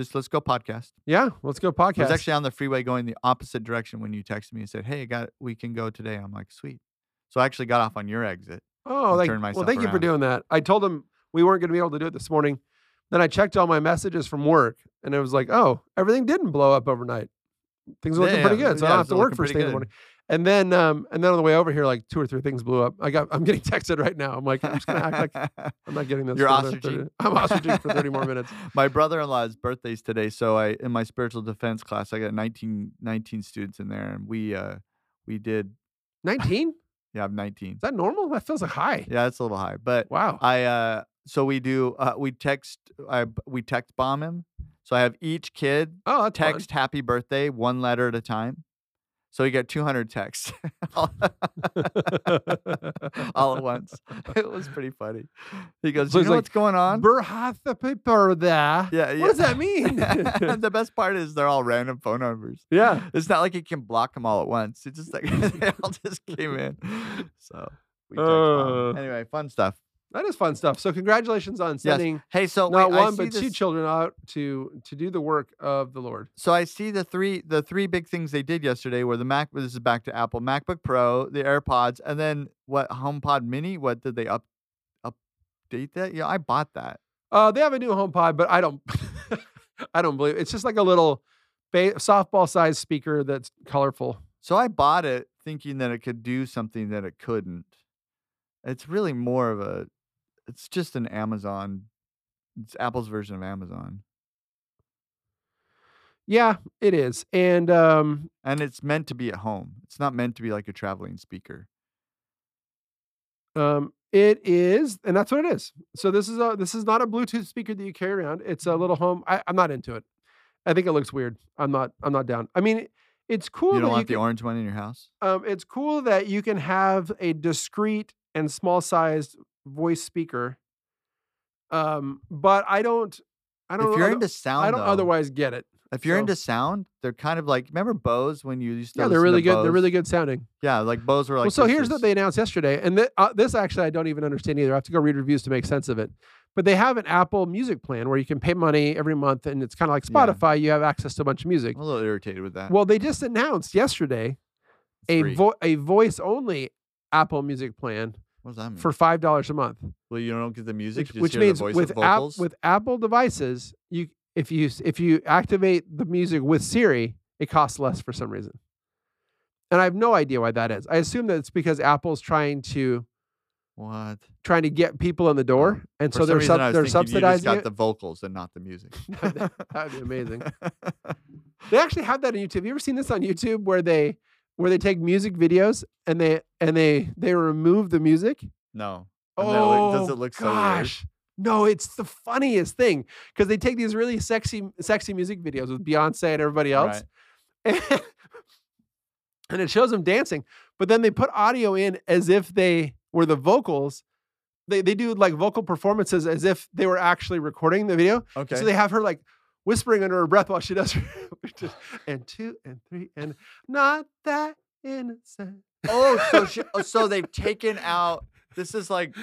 S2: Just let's go podcast.
S1: Let's go
S2: I
S1: podcast.
S2: was actually on the freeway going the opposite direction when you texted me and said, "Hey, I got we can go today." I'm like, "Sweet." So I actually got off on your exit.
S1: oh,
S2: and
S1: like,
S2: turn
S1: well,
S2: myself
S1: thank you for
S2: around.
S1: doing that. I told him we weren't going to be able to do it this morning. Then I checked all my messages from work, and it was like, oh, everything didn't blow up overnight. Things are looking
S2: Yeah,
S1: pretty good, so I
S2: yeah,
S1: don't have
S2: it's
S1: to
S2: looking
S1: work first
S2: pretty
S1: thing in the
S2: good.
S1: morning. And then, um, and then on the way over here, like two or three things blew up. I got, I'm getting texted right now. I'm like, I'm just gonna act like I'm not getting this.
S2: You're
S1: for another
S2: ostriching.
S1: 30 I'm ostriching for 30 more minutes.
S2: My brother-in-law's birthday's today, so I in my spiritual defense class, I got 19, 19 students in there, and we uh we did
S1: 19? Is
S2: yeah, I'm 19.
S1: that normal? That feels like high.
S2: Yeah, that's a little high, but
S1: Wow.
S2: I uh so we do uh, we text I b- we text bomb him. So I have each kid
S1: oh, that's fun.
S2: text happy birthday one letter at a time. So you get 200 texts all, all at once. It was pretty funny. He goes,
S1: So
S2: "You
S1: he's
S2: know
S1: like,
S2: what's going on?"
S1: Berhatha paper there.
S2: yeah, yeah.
S1: What does that mean?
S2: the best part is they're all random phone numbers.
S1: yeah.
S2: It's not like you can block them all at once. It's just like they all just came in. So we text bomb.
S1: Uh.
S2: anyway, fun stuff.
S1: That is fun stuff. So congratulations on sending
S2: Hey, so
S1: not
S2: wait, I
S1: one
S2: see
S1: but two
S2: this-
S1: children out to to do the work of the Lord.
S2: so I see the three the three big things they did yesterday were the Mac. This is back to Apple MacBook Pro, the AirPods, and then what HomePod Mini. What did they up update that? Yeah, I bought that.
S1: Uh, they have a new home pod, but I don't I don't believe it's just like a little ba- softball sized speaker that's colorful.
S2: So I bought it thinking that it could do something that it couldn't. It's really more of a. It's just an Amazon. It's Apple's version of Amazon,
S1: Yeah, it is. And um
S2: and it's meant to be at home. It's not meant to be like a traveling speaker.
S1: Um, it is, and that's what it is. So this is a this is not a Bluetooth speaker that you carry around. It's a little home. I, I'm not into it. I think it looks weird. I'm not. I'm not down. I mean, it's cool.
S2: you
S1: that
S2: don't want
S1: you
S2: the
S1: can,
S2: orange one in your house.
S1: um, it's cool that you can have a discreet and small sized voice speaker. Um, but I don't. I don't.
S2: If you're
S1: other-
S2: into sound,
S1: I don't
S2: though,
S1: otherwise get it.
S2: If you're
S1: So-
S2: into sound, they're kind of like remember Bose when you used to.
S1: Yeah, they're
S2: listen
S1: really
S2: to
S1: good. They're
S2: Bose?
S1: really good sounding.
S2: Yeah, like Bose were like.
S1: well, so
S2: this
S1: here's what
S2: is-
S1: they announced yesterday, and thi- uh, this actually I don't even understand either. I have to go read reviews to make sense of it. But they have an Apple Music plan where you can pay money every month, and it's kind of like
S2: Yeah.
S1: Spotify. You have access to a bunch of music.
S2: I'm a little irritated with that.
S1: Well, they just announced yesterday a
S2: Free.
S1: vo- a voice only Apple Music plan
S2: What does that mean?
S1: for five dollars a month,
S2: well, you don't get the music,
S1: which,
S2: you just
S1: which
S2: hear
S1: means
S2: the voice
S1: with
S2: of
S1: app,
S2: vocals.
S1: with Apple devices, you if you s- if you activate the music with Siri, it costs less for some reason. And I have no idea why that is. I assume that it's because Apple's trying to
S2: what?
S1: trying to get people in the door, and
S2: For
S1: so
S2: some
S1: they're
S2: reason,
S1: sub-
S2: I was
S1: they're
S2: thinking
S1: subsidizing
S2: You just got
S1: it.
S2: the vocals and not the music.
S1: That would be amazing. They actually have that on YouTube. Have you ever seen this on YouTube where they where they take music videos and they and they they remove the music?
S2: no. And that
S1: Oh,
S2: look- does it look so weird?
S1: gosh. No, it's the funniest thing because they take these really sexy, sexy music videos with Beyonce and everybody else, and, and it shows them dancing. But then they put audio in as if they were the vocals. They they do like vocal performances as if they were actually recording the video.
S2: Okay.
S1: So they have her like whispering under her breath while she does her just, and two and three and not that innocent.
S2: oh, so she, oh, so they've taken out. This is like.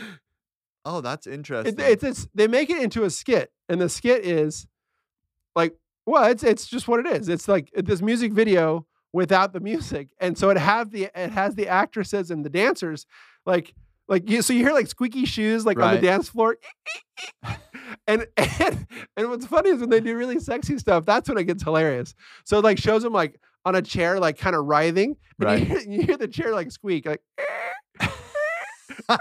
S2: Oh, that's interesting.
S1: it, it's, it's they make it into a skit, and the skit is like, well, it's it's just what it is. It's like uh, this music video without the music, and so it have the it has the actresses and the dancers like like you so you hear like squeaky shoes like on the
S2: Right.
S1: dance floor. And, and and what's funny is when they do really sexy stuff, that's when it gets hilarious. So it like shows them like on a chair, like kind of writhing, and
S2: Right.
S1: you, hear, you hear the chair like squeak, like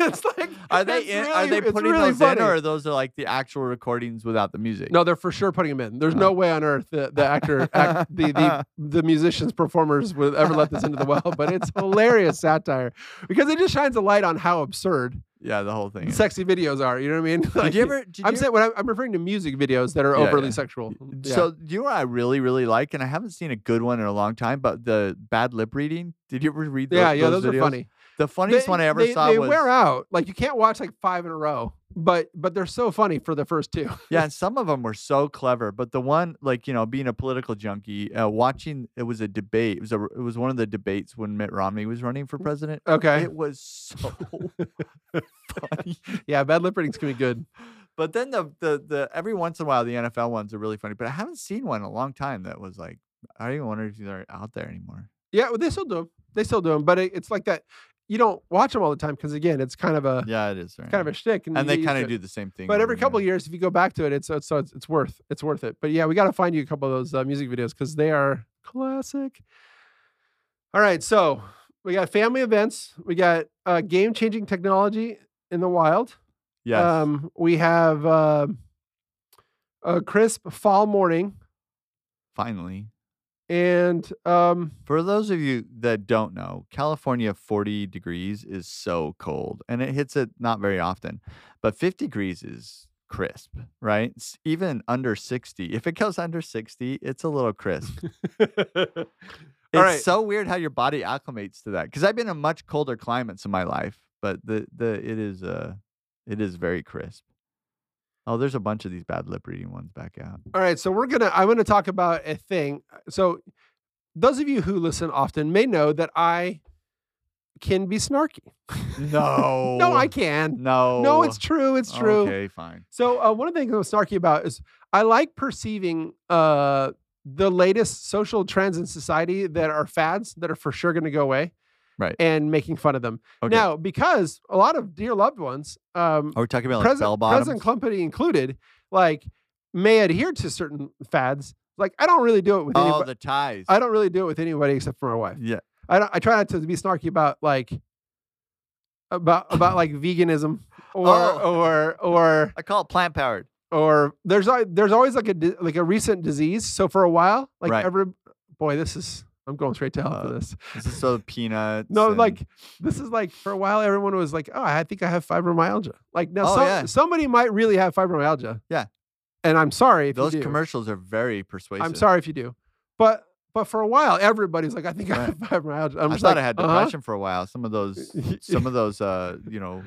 S1: it's like
S2: are they
S1: it's
S2: in,
S1: really,
S2: are they
S1: it's
S2: putting
S1: really
S2: those
S1: funny.
S2: in, or are those are like the actual recordings without the music?
S1: No, they're for sure putting them in. There's
S2: Oh.
S1: no way on earth the, the actor, act, the, the the musicians, performers would ever let this into the well. But it's hilarious satire because it just shines a light on how absurd
S2: yeah, the whole thing. is-
S1: sexy videos are. You know what I mean?
S2: Did
S1: Like,
S2: you ever? Did
S1: I'm
S2: you
S1: saying when I'm, I'm referring to music videos that are
S2: Yeah,
S1: overly
S2: yeah.
S1: sexual. Yeah.
S2: So do you know what I really, really like, and I haven't seen a good one in a long time, but the bad lip reading. Did you ever read? tho-
S1: yeah, yeah, those, are
S2: videos?
S1: funny.
S2: The funniest
S1: They-
S2: one I ever
S1: they,
S2: saw
S1: they
S2: was
S1: wear out. Like you can't watch like five in a row, but but they're so funny for the first two.
S2: yeah, and some of them were so clever. But the one, like you know, being a political junkie, uh, watching it was a debate. It was a it was one of the debates when Mitt Romney was running for president.
S1: Mm. Okay.
S2: It was so funny.
S1: Yeah, bad lip readings can be good.
S2: But then the the the every once in a while the NFL ones are really funny. But I haven't seen one in a long time that was like I don't even wonder if they're out there anymore.
S1: Yeah, well, they still do them. They still do them, but it, it's like that. You don't watch them all the time because again, Uh, it's kind of a
S2: Yeah, it is right.
S1: kind of a shtick,
S2: and they
S1: you get
S2: kind
S1: used
S2: of
S1: to it.
S2: do the same thing.
S1: But
S2: over
S1: every
S2: and
S1: couple
S2: over.
S1: years, if you go back to it, it's it's so it's, it's worth it's worth it. But yeah, we got to find you a couple of those uh, music videos because they are classic. All right, so we got family events, we got uh, game changing technology in the wild.
S2: Yes.
S1: Um, we have uh, a crisp fall morning,
S2: finally,
S1: and um,
S2: for those of you that don't know, California 40 degrees is so cold and it hits it not very often, but 50 degrees is crisp, right? S- Even under 60. If it goes under 60, it's a little crisp.
S1: All
S2: it's
S1: right.
S2: so weird how your body acclimates to that because I've been in much colder climates in my life, but the the it is uh it is very crisp. Oh, there's a bunch of these bad lip reading ones back out.
S1: All right, so we're gonna I'm gonna talk about a thing. uh, So those of you who listen often may know that I can be snarky.
S2: No,
S1: No, I can.
S2: no,
S1: No, it's true. It's true.
S2: Oh, Okay, fine.
S1: So uh, one of the things I was snarky about is I like perceiving uh, the latest social trends in society that are fads that are for sure going to go away,
S2: Right.
S1: And making fun of them
S2: Okay.
S1: now because a lot of dear loved ones, um,
S2: Are we talking about like bell
S1: present,
S2: bottoms?
S1: present company included, like may adhere to certain fads. Like I don't really do it with
S2: oh,
S1: anybody.
S2: the ties.
S1: I don't really do it with anybody except for my wife.
S2: yeah.
S1: I don't, I try not to be snarky about like about about like veganism or
S2: Oh.
S1: or or
S2: I call it plant powered.
S1: or there's al- there's always like a di- like a recent disease. So for a while, like
S2: Right.
S1: every boy, this is I'm going straight to hell for
S2: Uh,
S1: this.
S2: This is so peanuts.
S1: No,
S2: and-
S1: like this is like for a while, everyone was like, "Oh, I think I have fibromyalgia." Like now,
S2: Oh,
S1: some,
S2: yeah.
S1: somebody might really have fibromyalgia.
S2: Yeah.
S1: and I'm sorry if
S2: those
S1: you do.
S2: commercials are very persuasive.
S1: I'm sorry if you do, but but for a while, everybody's like, "I think I
S2: Right.
S1: have fibromyalgia."
S2: i
S1: I'm just
S2: thought
S1: like,
S2: I had
S1: "Uh-huh."
S2: depression for a while. Some of those, some of those, uh, you know,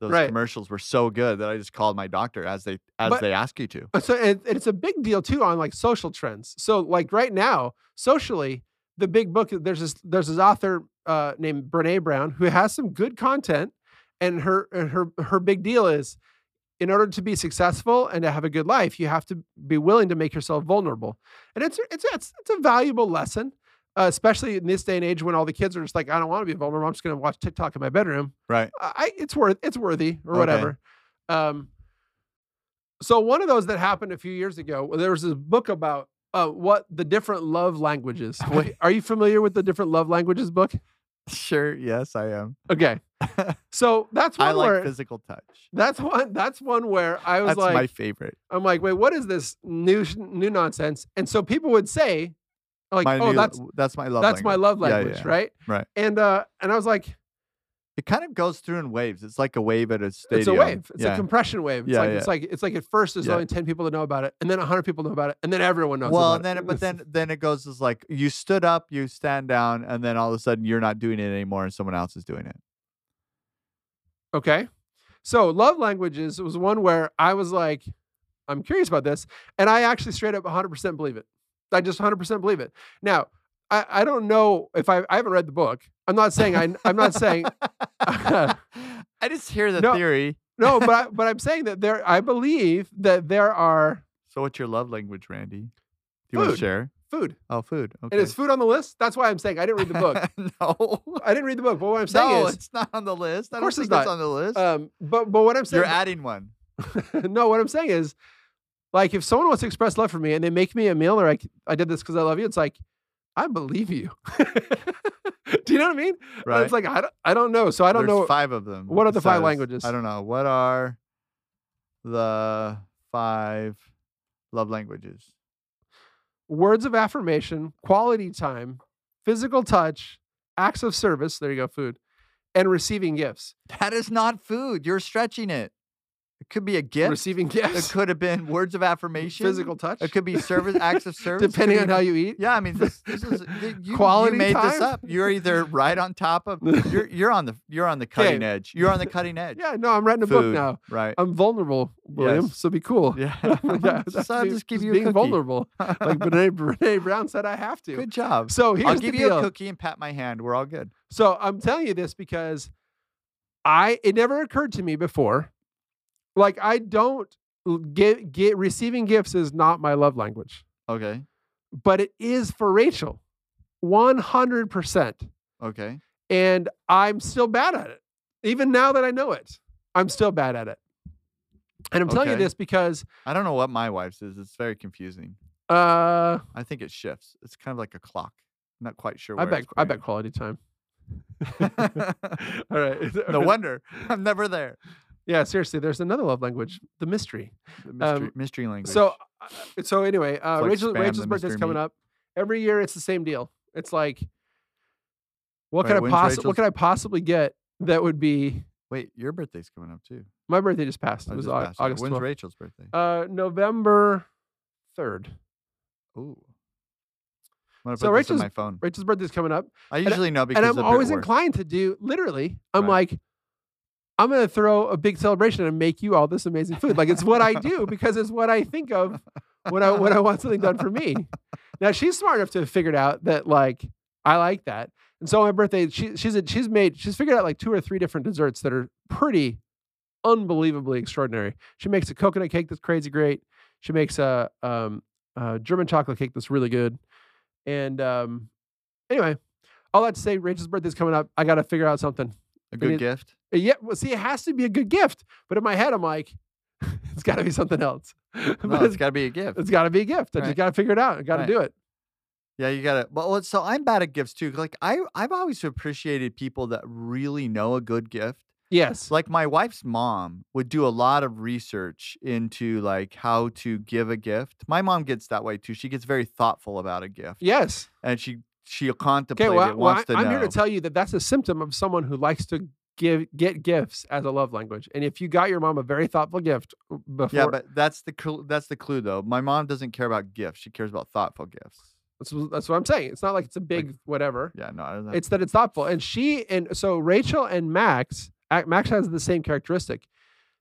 S2: those
S1: Right.
S2: commercials were so good that I just called my doctor as they as
S1: But-
S2: they ask you to.
S1: Uh, So it, it's a big deal too on like social trends. So like right now, socially, the big book there's this there's this author uh, named Brene Brown who has some good content, and her and her her big deal is, in order to be successful and to have a good life, you have to be willing to make yourself vulnerable, and it's it's it's, it's a valuable lesson. Uh, especially in this day and age when all the kids are just like, I don't want to be vulnerable. I'm just going to watch TikTok in my bedroom.
S2: Right.
S1: I I- it's worth it's worthy or
S2: Okay.
S1: whatever. Um, so one of those that happened a few years ago, well, there was this book about uh, what the different love languages. Have
S2: Wait.
S1: you- Are you familiar with the different love languages book?
S2: Sure. Yes, I am.
S1: Okay, so that's one
S2: I like
S1: where
S2: physical touch.
S1: that's one that's one where I was
S2: That's
S1: like,
S2: my favorite.
S1: I'm like, wait, what is this new sh- new nonsense? And so people would say, like,
S2: my
S1: oh,
S2: new-
S1: that's
S2: that's my love.
S1: that's my
S2: language.
S1: love
S2: Yeah,
S1: language,
S2: yeah.
S1: right?
S2: Right.
S1: And uh, and I was like,
S2: It kind of goes through in waves. It's like a wave at a stadium.
S1: It's a wave. It's
S2: yeah.
S1: a compression wave. It's
S2: Yeah,
S1: like
S2: yeah.
S1: it's like it's like at first there's
S2: Yeah.
S1: only ten people that know about it, and then hundred people know about it, and then everyone knows.
S2: well,
S1: about
S2: and then
S1: it.
S2: but then then it goes as like you stood up, you stand down, and then all of a sudden you're not doing it anymore, and someone else is doing it.
S1: okay, so love languages was one where I was like, I'm curious about this, and I actually straight up hundred percent believe it. I just hundred percent believe it. Now I, I don't know if I I haven't read the book. I'm not saying I I'm not saying
S2: I just hear the
S1: No.
S2: theory.
S1: no, but I, but I'm saying that there I believe that there are
S2: So what's your love language, Randy? Do you want to
S1: Food.
S2: share?
S1: food
S2: Oh, food. Okay.
S1: and is food on the list. That's why I'm saying I didn't read the book.
S2: no.
S1: I didn't read the book, but what I'm saying
S2: No,
S1: is.
S2: it's not on the list. Of
S1: course
S2: course,
S1: it's
S2: it's not
S1: not.
S2: on the list.
S1: Um, but but what I'm saying,
S2: You're adding one.
S1: no, what I'm saying is, like, if someone wants to express love for me and they make me a meal, or I, c- I did this because I love you, it's like, I believe you. Do you know what I mean? And
S2: Right.
S1: It's like I don't, I don't know, so I don't
S2: There's
S1: know.
S2: Five of them.
S1: what are the five
S2: besides-
S1: languages?
S2: I don't know. What are the five love languages?
S1: Words of affirmation, quality time, physical touch, acts of service. There you go, food, and receiving gifts.
S2: That is not food. You're stretching it. It could be a gift.
S1: Receiving
S2: It
S1: gifts.
S2: could have been words of affirmation.
S1: Physical touch.
S2: It could be service acts of service. It could
S1: Depending
S2: be-
S1: on how you eat.
S2: Yeah, I mean, this, this is th- you,
S1: Quality
S2: you made this
S1: time?
S2: up. You're either right on top of you're you're on the you're on the cutting edge. You're on the cutting edge.
S1: Yeah, no, I'm writing a book
S2: Food.
S1: now.
S2: Right.
S1: I'm vulnerable, William.
S2: Yes.
S1: So be cool.
S2: Yeah.
S1: that's
S2: so I'll
S1: being-
S2: just give
S1: just
S2: you a
S1: being
S2: cookie.
S1: vulnerable. Like Brene, Brene Brown said, I have to.
S2: Good job.
S1: So here's
S2: I'll
S1: the
S2: give
S1: deal.
S2: you a cookie and pat my hand. We're all good.
S1: So I'm telling you this because I it never occurred to me before. Like I don't l- get get receiving gifts is not my love language,
S2: Okay.
S1: but it is for Rachel, one hundred percent.
S2: Okay.
S1: And I'm still bad at it, even now that I know it. I'm still bad at it, and I'm telling you
S2: Okay.
S1: this because
S2: I don't know what my wife's is. It's very confusing.
S1: uh,
S2: I think it shifts. It's kind of like a clock. I'm not quite sure.
S1: I
S2: where
S1: bet
S2: it's
S1: I bet
S2: pointing.
S1: quality time. All right,
S2: no wonder. I'm never there.
S1: Yeah, seriously. There's another love language, the mystery.
S2: The mystery,
S1: Um,
S2: mystery language.
S1: So, uh, so anyway, uh,
S2: It's like
S1: Rachel,
S2: spam,
S1: Rachel's
S2: the
S1: birthday's
S2: mystery
S1: coming
S2: meat.
S1: up. Every year, it's the same deal. It's like, what
S2: Wait,
S1: could I
S2: when's
S1: possibly
S2: Rachel's-
S1: what could I possibly get that would be
S2: wait, your birthday's coming up too.
S1: my birthday just passed.
S2: Oh,
S1: It was
S2: just
S1: Au-
S2: passed.
S1: August
S2: When's
S1: 12th.
S2: Rachel's birthday?
S1: uh, November third.
S2: Ooh. I'm gonna
S1: So
S2: put this on
S1: Rachel's-
S2: my phone.
S1: Rachel's birthday's coming up,
S2: I
S1: I-
S2: usually know because
S1: and
S2: of
S1: I'm
S2: her
S1: always
S2: work.
S1: inclined to do. Literally, I'm
S2: Right.
S1: like, I'm gonna throw a big celebration and make you all this amazing food. Like it's what I do because it's what I think of when I when I want something done for me. Now she's smart enough to have figured out that like I like that, and so on my birthday she she's a, she's made she's figured out like two or three different desserts that are pretty unbelievably extraordinary. She makes a coconut cake that's crazy great. She makes a um a German chocolate cake that's really good, and um anyway, all that to say, Rachel's birthday's coming up. I got to figure out something.
S2: A good
S1: it-
S2: gift.
S1: And Yeah, well, see, it has to be a good gift. But in my head, I'm like, it's got to be something else.
S2: No,
S1: But
S2: it's got to be a gift.
S1: it's got to be a gift. I
S2: Right.
S1: just got to figure it out. I got to
S2: Right.
S1: do it.
S2: Yeah, you gotta. But what- so I'm bad at gifts too. Like I, I've always appreciated people that really know a good gift.
S1: Yes.
S2: Like my wife's mom would do a lot of research into like how to give a gift. My mom gets that way too. She gets very thoughtful about a gift,
S1: yes.
S2: and she she'll contemplate
S1: Okay. Well, I-
S2: it.
S1: well,
S2: Wants
S1: I-
S2: to
S1: I'm
S2: know.
S1: here to tell you that that's a symptom of someone who likes to give get gifts as a love language. And if you got your mom a very thoughtful gift uh, before,
S2: yeah, but that's the cl- that's the clue though. My mom doesn't care about gifts. She cares about thoughtful gifts.
S1: that's, wh- that's what I'm saying. It's not like it's a big whatever.
S2: Yeah, no, I don't know.
S1: It's that it's thoughtful. And she and so Rachel and Max, ac- Max has the same characteristic.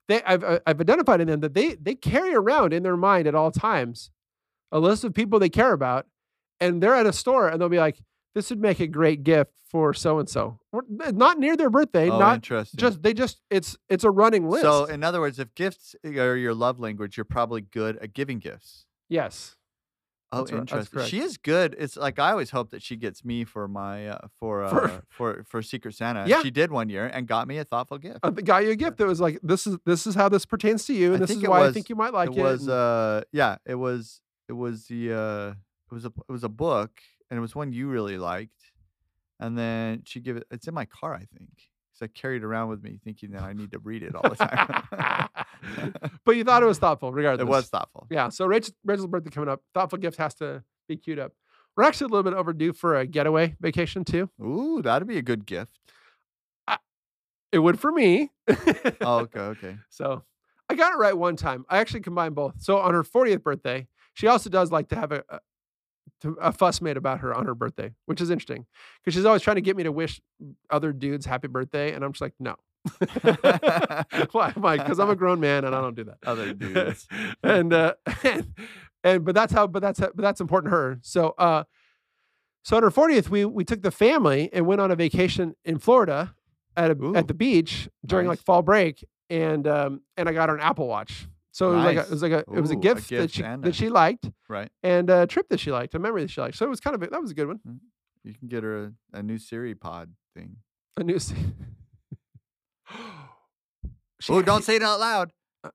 S1: They I've I- I've identified in them that they they carry around in their mind at all times a list of people they care about, and they're at a store and they'll be like, "This would make a great gift for so and so." Not near their birthday,
S2: oh,
S1: not
S2: interesting.
S1: just they just it's it's a running list.
S2: so, in other words, if gifts eh, are your love language, you're probably good at giving gifts.
S1: yes,
S2: Oh,
S1: That's right. That's
S2: interesting.
S1: correct.
S2: She is good. It's like I always hope that she gets me for my uh, for uh,
S1: For-
S2: for, for Secret Santa.
S1: Yeah.
S2: She did one year and got me a thoughtful gift.
S1: uh, got you a gift that was like this is this is how this pertains to you,
S2: I
S1: and this
S2: think
S1: is
S2: it
S1: why I
S2: was-
S1: think you might like
S2: it
S1: it.
S2: was
S1: and-
S2: uh yeah, it was it was the uh it was a it was a book and it was one you really liked. And then she gave it it's in my car, I think. Cuz I carried it around with me thinking that I need to read it all the time.
S1: but you thought it was thoughtful, regardless.
S2: uh, it was thoughtful.
S1: Yeah. So Rachel, Rachel's birthday coming up. Thoughtful gift has to be queued up. We're actually a little bit overdue for a getaway vacation too.
S2: Ooh, that'd be a good gift.
S1: It would for me.
S2: Oh, okay, okay.
S1: So I got it right one time. I actually combined both. So on her 40th birthday, she also does like to have a a, to- a fuss made about her on her birthday, which is interesting because she's always trying to get me to wish other dudes happy birthday, and I'm just like, no. Why? Why? Because I'm a grown man and I don't do that.
S2: Other dudes.
S1: and uh and, and but that's how but that's how, but that's important to her so uh so on her 40th we we took the family and went on a vacation in florida at a,
S2: Ooh,
S1: at the beach during like
S2: nice.
S1: fall break and um and i got her an apple watch so it was like a, it was like a it was a
S2: Ooh, a
S1: gift, that
S2: gift
S1: she
S2: and a-
S1: that she liked
S2: right.
S1: and a trip that she liked a memory that she liked so it was kind of a, that was a good one
S2: You can get her a, a new Siri pod thing.
S1: a new se- She
S2: Oh,
S1: actually-
S2: don't say it out loud.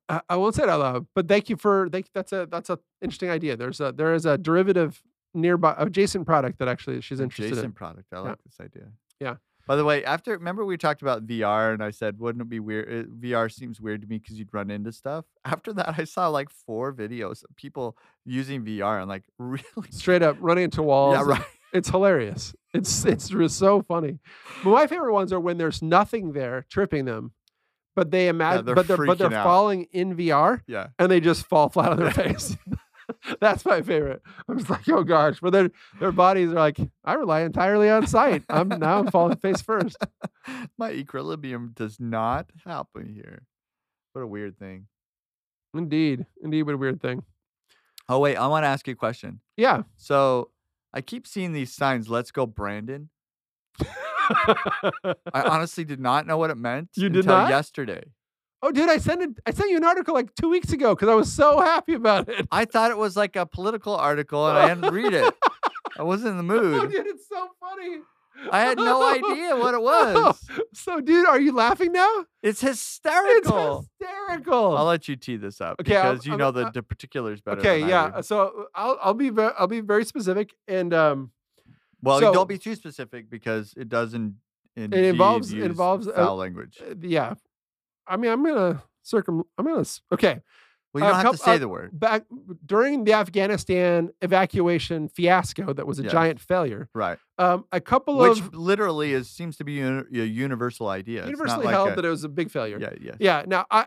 S1: I, I won't say it out loud, but thank you for thank that's a that's a interesting idea. There's a there is a derivative nearby adjacent product that actually she's interested
S2: Jason
S1: in.
S2: product. I
S1: Yeah.
S2: like this idea.
S1: Yeah.
S2: By the way, after remember we talked about VR and I said wouldn't it be weird? uh, VR seems weird to me because you'd run into stuff. After that, I saw like four videos of people using VR and like really
S1: Straight up running into walls.
S2: yeah right.
S1: It's hilarious. It's it's just so funny. But my favorite ones are when there's nothing there tripping them, but they imagine,
S2: they're
S1: but they're but they're
S2: freaking out.
S1: falling in VR
S2: Yeah.
S1: and they just fall flat on their face. That's my favorite. I'm just like, oh gosh, but their their bodies are like, I rely entirely on sight. I'm now I'm falling face first.
S2: My equilibrium does not happen here. What a weird thing.
S1: Indeed, indeed, what a weird thing.
S2: Oh wait, I want to ask you a question.
S1: Yeah.
S2: So I keep seeing these signs. Let's go, Brandon. I honestly did not know what it meant
S1: You did
S2: until
S1: not?
S2: yesterday.
S1: oh, dude, I sent it. I sent you an article like two weeks ago because I was so happy about it.
S2: I thought it was like a political article, and I didn't read it. I wasn't in the
S1: Oh,
S2: mood.
S1: dude, it's so funny.
S2: I had no idea what it was.
S1: So, dude, are you laughing now? It's
S2: It's hysterical.
S1: hysterical.
S2: I'll let you tee this up
S1: Okay, I'll-
S2: because you
S1: I'm-
S2: know the,
S1: uh,
S2: the particulars better.
S1: okay,
S2: than I
S1: yeah. uh,
S2: do.
S1: So I'll I'll be ve- I'll be very specific and um
S2: Well,
S1: so-
S2: don't be too specific because it doesn't. It
S1: involves- involves, uh,
S2: foul language.
S1: uh, yeah. I mean, I'm gonna circum. I'm gonna s- okay.
S2: Well, you
S1: a
S2: don't have to
S1: coup-
S2: say
S1: uh,
S2: the word,
S1: Back during the Afghanistan evacuation fiasco, that was a
S2: Yes.
S1: giant failure.
S2: right?
S1: Um, a couple
S2: Which
S1: of
S2: literally is seems to be uni- a universal idea. It's not
S1: universally
S2: like
S1: held
S2: a-
S1: that it was a big failure.
S2: Yeah, yeah.
S1: Yeah. Now, I,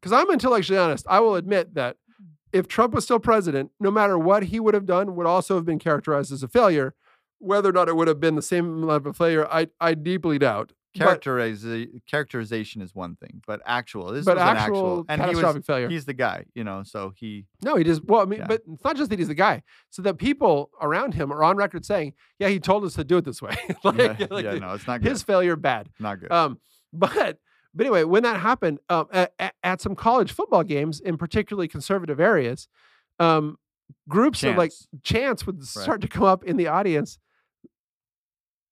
S1: because I'm intellectually honest, I will admit that
S2: Mm-hmm.
S1: if Trump was still president, no matter what he would have done, would also have been characterized as a failure. Whether or not it would have been the same level of failure, I I deeply doubt. But-
S2: Characteriza- characterization is one thing, but actual this
S1: but
S2: was
S1: actual,
S2: an actual and he
S1: catastrophic
S2: was
S1: failure.
S2: he's the guy, you know. So he
S1: No, he just well, I mean,
S2: Yeah.
S1: but it's not just that he's the guy. So the people around him are on record saying, "Yeah, he told us to do it this way." like,
S2: yeah,
S1: like
S2: yeah,
S1: the-
S2: no, it's not good.
S1: his failure bad.
S2: not good.
S1: Um, but but anyway, when that happened um, at, at- at some college football games in particularly conservative areas, um, groups of like
S2: Chance.
S1: chants would start to come up in the audience.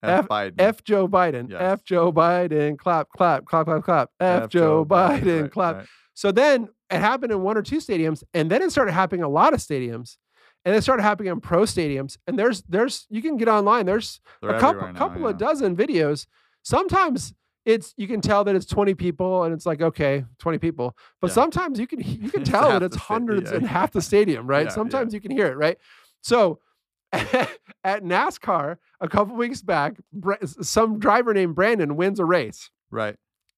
S2: F,
S1: F-
S2: Biden.
S1: F Joe Biden,
S2: Mm. Yes.
S1: F Joe Biden, clap, clap, clap, clap, clap. F, Joe Biden,
S2: right,
S1: clap.
S2: right.
S1: So then it happened in one or two stadiums, and then it started happening in a lot of stadiums, and it started happening in pro stadiums. And there's there's you can get online. There's
S2: They're
S1: a couple
S2: everywhere now,
S1: couple of
S2: yeah.
S1: dozen videos. Sometimes it's you can tell that it's 20 people, and it's like okay, 20 people. But
S2: Yeah.
S1: sometimes you can you can
S2: It's
S1: tell
S2: half
S1: that it's
S2: the sta-
S1: hundreds
S2: yeah,
S1: in
S2: yeah.
S1: half the stadium, right?
S2: Yeah, yeah.
S1: sometimes you can hear it, right? So. at NASCAR a couple weeks back, Bra- some driver named Brandon wins a race
S2: right.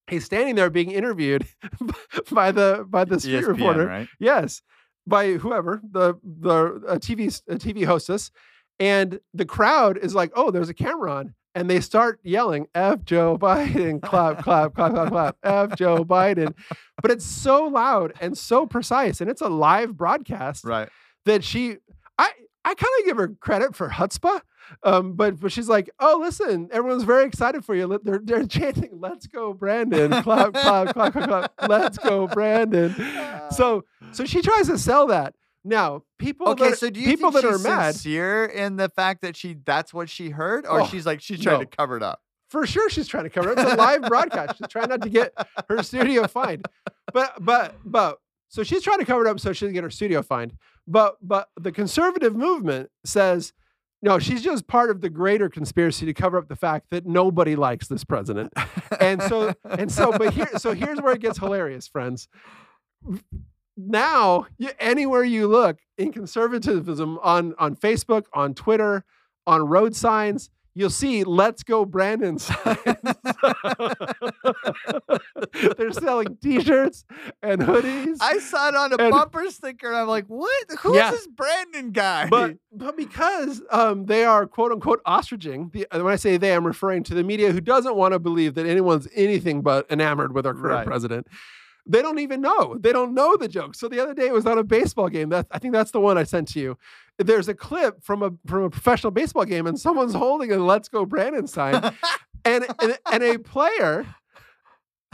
S1: he's standing there being interviewed by the by the street
S2: ESPN,
S1: reporter.
S2: right?
S1: Yes, by whoever the the a TV s- a TV hostess, and the crowd is like, "Oh, there's a camera on." And they start yelling, F Joe Biden, clap, clap, clap, clap, clap, F Joe Biden. But it's so loud and so precise, and it's a live broadcast
S2: Right.
S1: that she I I kind of give her credit for chutzpah. Um, but but she's like, oh, listen, everyone's very excited for you. Let- They're they're chanting, "Let's go, Brandon!" Clap, clap, clap, clap, clap. Let's go, Brandon. So so she tries to sell that. Now people
S2: Uh, okay,
S1: that,
S2: so do you
S1: people
S2: think
S1: that are
S2: she's
S1: mad
S2: sincere in the fact that she that's what she heard, or
S1: Oh,
S2: she's like she's trying
S1: no.
S2: to cover it up?
S1: for sure she's trying to cover it. It's a live broadcast. She's trying not to get her studio fined. But but but so she's trying to cover it up so she doesn't get her studio fined. But but the conservative movement says no, she's just part of the greater conspiracy to cover up the fact that nobody likes this president. And so and so but here so here's where it gets hilarious, friends. Now, you, anywhere you look in conservatism on on Facebook, on Twitter, on road signs, you'll see "Let's Go Brandon" signs. They're selling T-shirts and hoodies.
S2: I saw it on a
S1: And-
S2: bumper sticker, and I'm like, what? Who's
S1: Yeah.
S2: this Brandon guy?
S1: but but because um, they are quote unquote ostriching. The, and when I say they, I'm referring to the media who doesn't want to believe that anyone's anything but enamored with our current
S2: Right.
S1: president. They don't even know. They don't know the joke. So the other day it was on a baseball game. That I think that's the one I sent to you. There's a clip from a from a professional baseball game, and someone's holding a "Let's Go Brandon" sign, and and, and a player.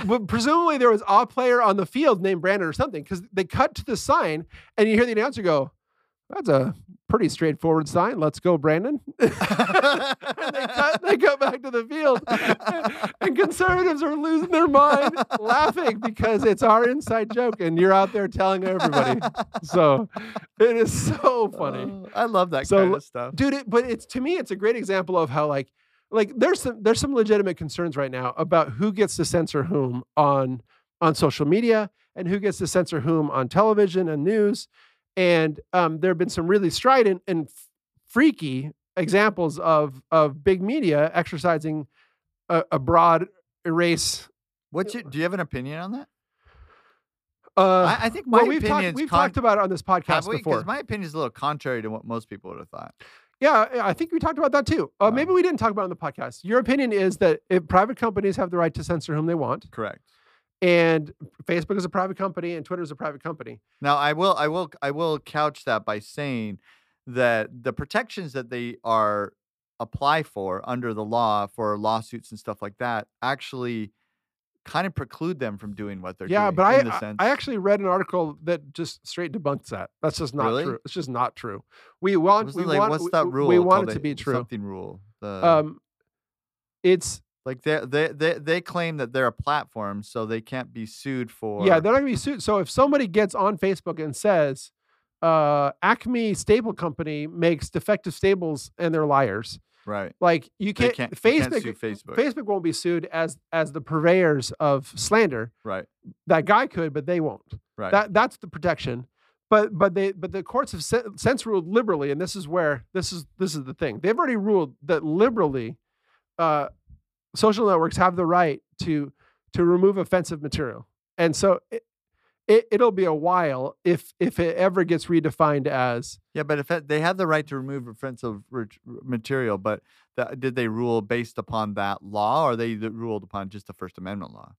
S1: But presumably there was a player on the field named Brandon or something, because they cut to the sign and you hear the announcer go, "That's a pretty straightforward sign. Let's go, Brandon." And they cut, they go back to the field, and conservatives are losing their mind, laughing because it's our inside joke, and you're out there telling everybody. So it is so funny
S2: Oh, I love that
S1: So
S2: kind
S1: l-
S2: of stuff.
S1: dude it, but it's to me it's a great example of how like like there's some there's some legitimate concerns right now about who gets to censor whom on on social media and who gets to censor whom on television and news and um, there have been some really strident and f- freaky examples of of big media exercising a, a broad erase.
S2: What's your, do you have an opinion on that?
S1: Uh,
S2: I, I think my
S1: well, we've talked,
S2: opinion's
S1: we've
S2: con-
S1: talked about it on this
S2: have
S1: podcast
S2: we? 'Cause
S1: before.
S2: my opinion is a little contrary to what most people would have thought.
S1: Yeah, yeah, I think we talked about that too. Uh,
S2: Oh.
S1: Maybe we didn't talk about it on the podcast. Your opinion is that if private companies have the right to censor whom they want,
S2: Correct.
S1: and Facebook is a private company and Twitter is a private company.
S2: Now I will I will I will couch that by saying that the protections that they are apply for under the law for lawsuits and stuff like that actually kind of preclude them from doing what they're
S1: yeah,
S2: doing.
S1: but I,
S2: in the
S1: I-
S2: sense,
S1: I actually read an article that just straight debunks that. That's just not
S2: Really?
S1: true. It's just not true. We want we
S2: Wasn't like,
S1: want
S2: what's
S1: we-
S2: that
S1: we-
S2: rule?
S1: We want
S2: called
S1: it to
S2: the
S1: be true.
S2: Something uh, rule. The,
S1: Um, it's
S2: like they they they they claim that they're a platform, so they can't be sued for.
S1: yeah, they're not gonna be sued. So if somebody gets on Facebook and says, uh, "Acme Stable Company makes defective stables and they're liars,"
S2: right.
S1: like you
S2: They
S1: can't,
S2: can't you can't
S1: Facebook
S2: sue Facebook.
S1: Facebook won't be sued as as the purveyors of slander.
S2: Right.
S1: That guy could, but they won't.
S2: Right.
S1: That that's the protection. But but they but the courts have sen- since ruled liberally, and this is where this is this is the thing. They've already ruled that liberally, uh, social networks have the right to to remove offensive material, and so it, it it'll be a while if if it ever gets redefined as
S2: Yeah, but if it, they had the right to remove offensive rit- material, but tha- did they rule based upon that law, or they th- ruled upon just the First Amendment law?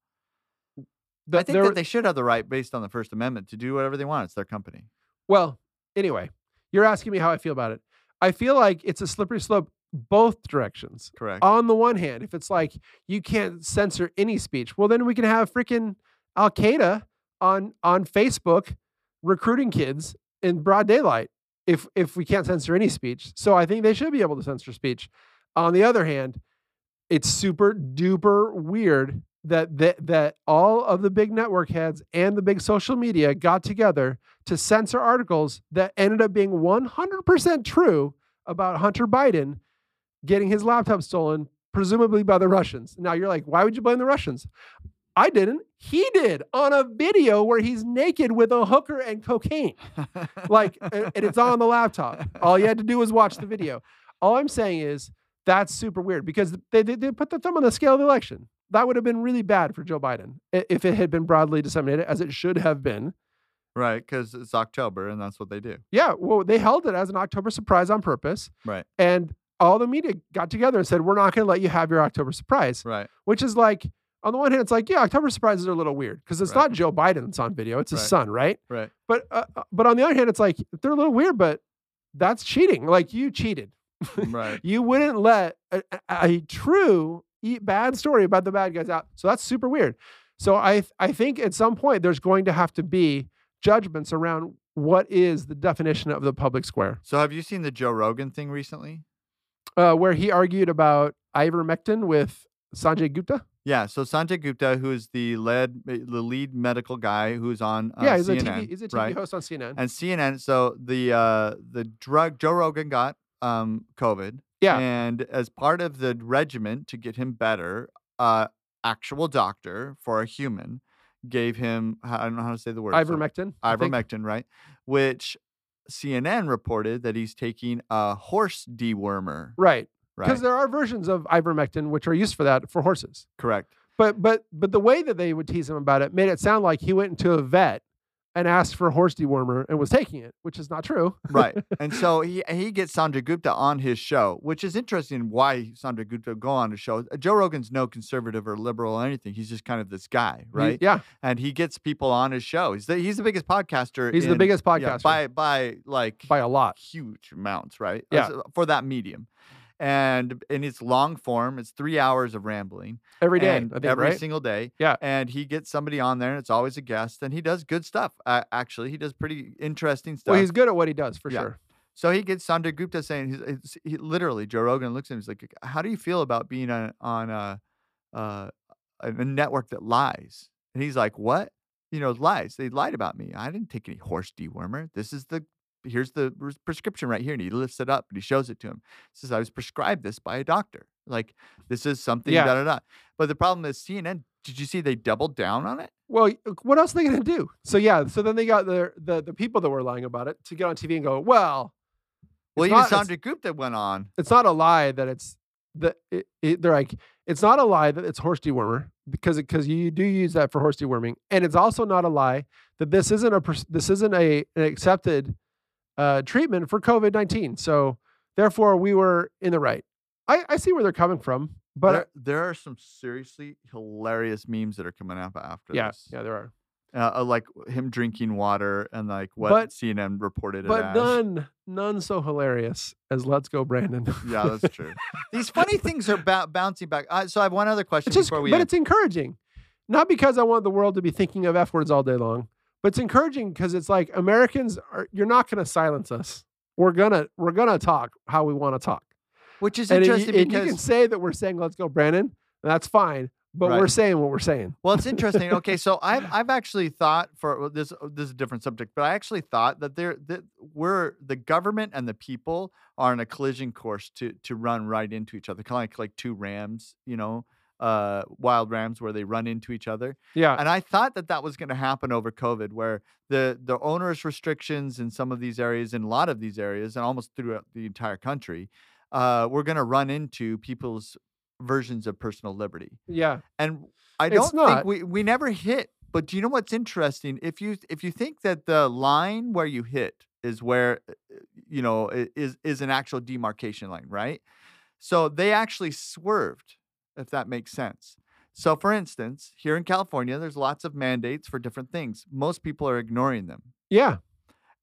S1: the,
S2: I think
S1: there-
S2: that they should have the right based on the First Amendment to do whatever they want. It's their company.
S1: Well, anyway, you're asking me how I feel about it. I feel like it's a slippery slope both directions.
S2: Correct.
S1: On the one hand, if it's like you can't censor any speech, well then we can have freaking Al Qaeda on on Facebook recruiting kids in broad daylight if if we can't censor any speech. So I think they should be able to censor speech. On the other hand, it's super duper weird that that, that all of the big network heads and the big social media got together to censor articles that ended up being 100% true about Hunter Biden getting his laptop stolen, presumably by the Russians. Now you're like, why would you blame the Russians? I didn't. He did on a video where he's naked with a hooker and cocaine. Uh, Like, a- and it's on the laptop. All you had to do was watch the video. All I'm saying is that's super weird because they, they, they put the thumb on the scale of the election. That would have been really bad for Joe Biden i- if it had been broadly disseminated as it should have been.
S2: right, because it's October, and that's what they do.
S1: Yeah, well, they held it as an October surprise on purpose.
S2: Right.
S1: And all the media got together and said, we're not going to let you have your October surprise,
S2: Right.
S1: which is like, on the one hand, it's like, yeah, October surprises are a little weird because it's
S2: Right.
S1: not Joe Biden that's on video, it's his
S2: Right.
S1: son, right?
S2: Right.
S1: But uh, uh, but on the other hand, it's like they're a little weird, but that's cheating. Like you cheated.
S2: Right.
S1: You wouldn't let a, a- a true e- bad story about the bad guys out. So that's super weird. So I th- I think at some point there's going to have to be judgments around what is the definition of the public square,
S2: So, have you seen the Joe Rogan thing recently?
S1: uh, where he argued about ivermectin with Sanjay Gupta.
S2: Yeah. So Sanjay Gupta, who is the lead, eh, the lead medical guy who's on uh,
S1: yeah, he's
S2: CNN,
S1: a TV, he's a TV
S2: right?
S1: host on CNN.
S2: and CNN. So the uh, the drug Joe Rogan got um, COVID.
S1: Yeah.
S2: And as part of the regimen to get him better, uh, actual doctor for a human gave him I don't know how to say the word so-
S1: ivermectin. I think.
S2: ivermectin, right? Which CNN reported that he's taking a horse dewormer.
S1: Right. Because
S2: Right.
S1: there are versions of ivermectin which are used for that for horses.
S2: Correct.
S1: But but but the way that they would tease him about it made it sound like he went into a vet and asked for a horse dewormer and was taking it, which is not true.
S2: right. And so he he gets Sandra Gupta on his show, which is interesting why Sandra Gupta go on a show. Joe Rogan's no conservative or liberal or anything. He's just kind of this guy,
S1: He-
S2: right?
S1: yeah.
S2: And he gets people on his show. He's the, he's the biggest podcaster.
S1: He's the
S2: in-
S1: biggest
S2: yeah,
S1: podcaster
S2: by by like
S1: by a lot.
S2: huge amounts, right?
S1: Yeah.
S2: As- For that medium. And in its long form, it's three hours of rambling
S1: Every day.
S2: and
S1: I think,
S2: every
S1: right?
S2: single day.
S1: Yeah.
S2: And he gets somebody on there, and it's always a guest, and he does good stuff. Uh, actually, he does pretty interesting stuff.
S1: well, he's good at what he does for
S2: Yeah.
S1: sure.
S2: So he gets Sanjay Gupta saying, he's, it's, he, literally, Joe Rogan looks at him. He's like, "How do you feel about being on on a, uh, a a network that lies?" And he's like, "What? You know, lies. They lied about me. I didn't take any horse dewormer. This is the here's the res- prescription right here." And he lifts it up and he shows it to him. says, "I was prescribed this by a doctor. Like this is something
S1: Yeah.
S2: da da da." But the problem is CNN. Did you see they doubled down on it?
S1: Well, y- what else are they gonna do? So yeah, so then they got the the the people that were lying about it to get on TV and go, well,
S2: Well,
S1: It's
S2: even
S1: not- it's-
S2: Sanjay Gupta went on.
S1: it's not a lie that it's the it, it, they're like it's not a lie that it's horse dewormer because because you do use that for horse deworming, and it's also not a lie that this isn't a pers- this isn't a an accepted uh, treatment for COVID nineteen. So therefore, we were in the right. I, I see where they're coming from, but uh,
S2: there, there are some seriously hilarious memes that are coming up after
S1: yeah,
S2: this.
S1: yeah, there are,
S2: Uh, uh, like him drinking water and like what
S1: But-
S2: CNN reported it
S1: but
S2: as.
S1: none none so hilarious as "Let's Go Brandon."
S2: Yeah, that's true. These funny things are ba- bouncing back. Uh, so I have one other question
S1: It's just,
S2: before
S1: but
S2: we end.
S1: it's encouraging. Not because I want the world to be thinking of F words all day long, but it's encouraging because it's like Americans are you're not gonna silence us. We're gonna we're gonna talk how we want to talk.
S2: which is
S1: and if you-
S2: interesting
S1: and you
S2: because
S1: can say that we're saying let's go, Brandon, and that's fine, but
S2: Right.
S1: we're saying what we're saying.
S2: Well, it's interesting. Okay, so I've I've actually thought for well, this this is a different subject, but I actually thought that there that we're the government and the people are on a collision course to to run right into each other, kind of like like two rams, you know, uh, wild rams where they run into each other.
S1: Yeah.
S2: And I thought that that was going to happen over COVID, where the the onerous restrictions in some of these areas, in a lot of these areas, and almost throughout the entire country, uh, we're going to run into people's versions of personal liberty
S1: Yeah.
S2: and I
S1: It's
S2: don't
S1: not.
S2: think we we never hit. But do you know what's interesting? If you if you think that the line where you hit is where uh, you know i- is is an actual demarcation line, right? So they actually swerved, if that makes sense. So for instance, here in California, there's lots of mandates for different things. Most people are ignoring them,
S1: Yeah.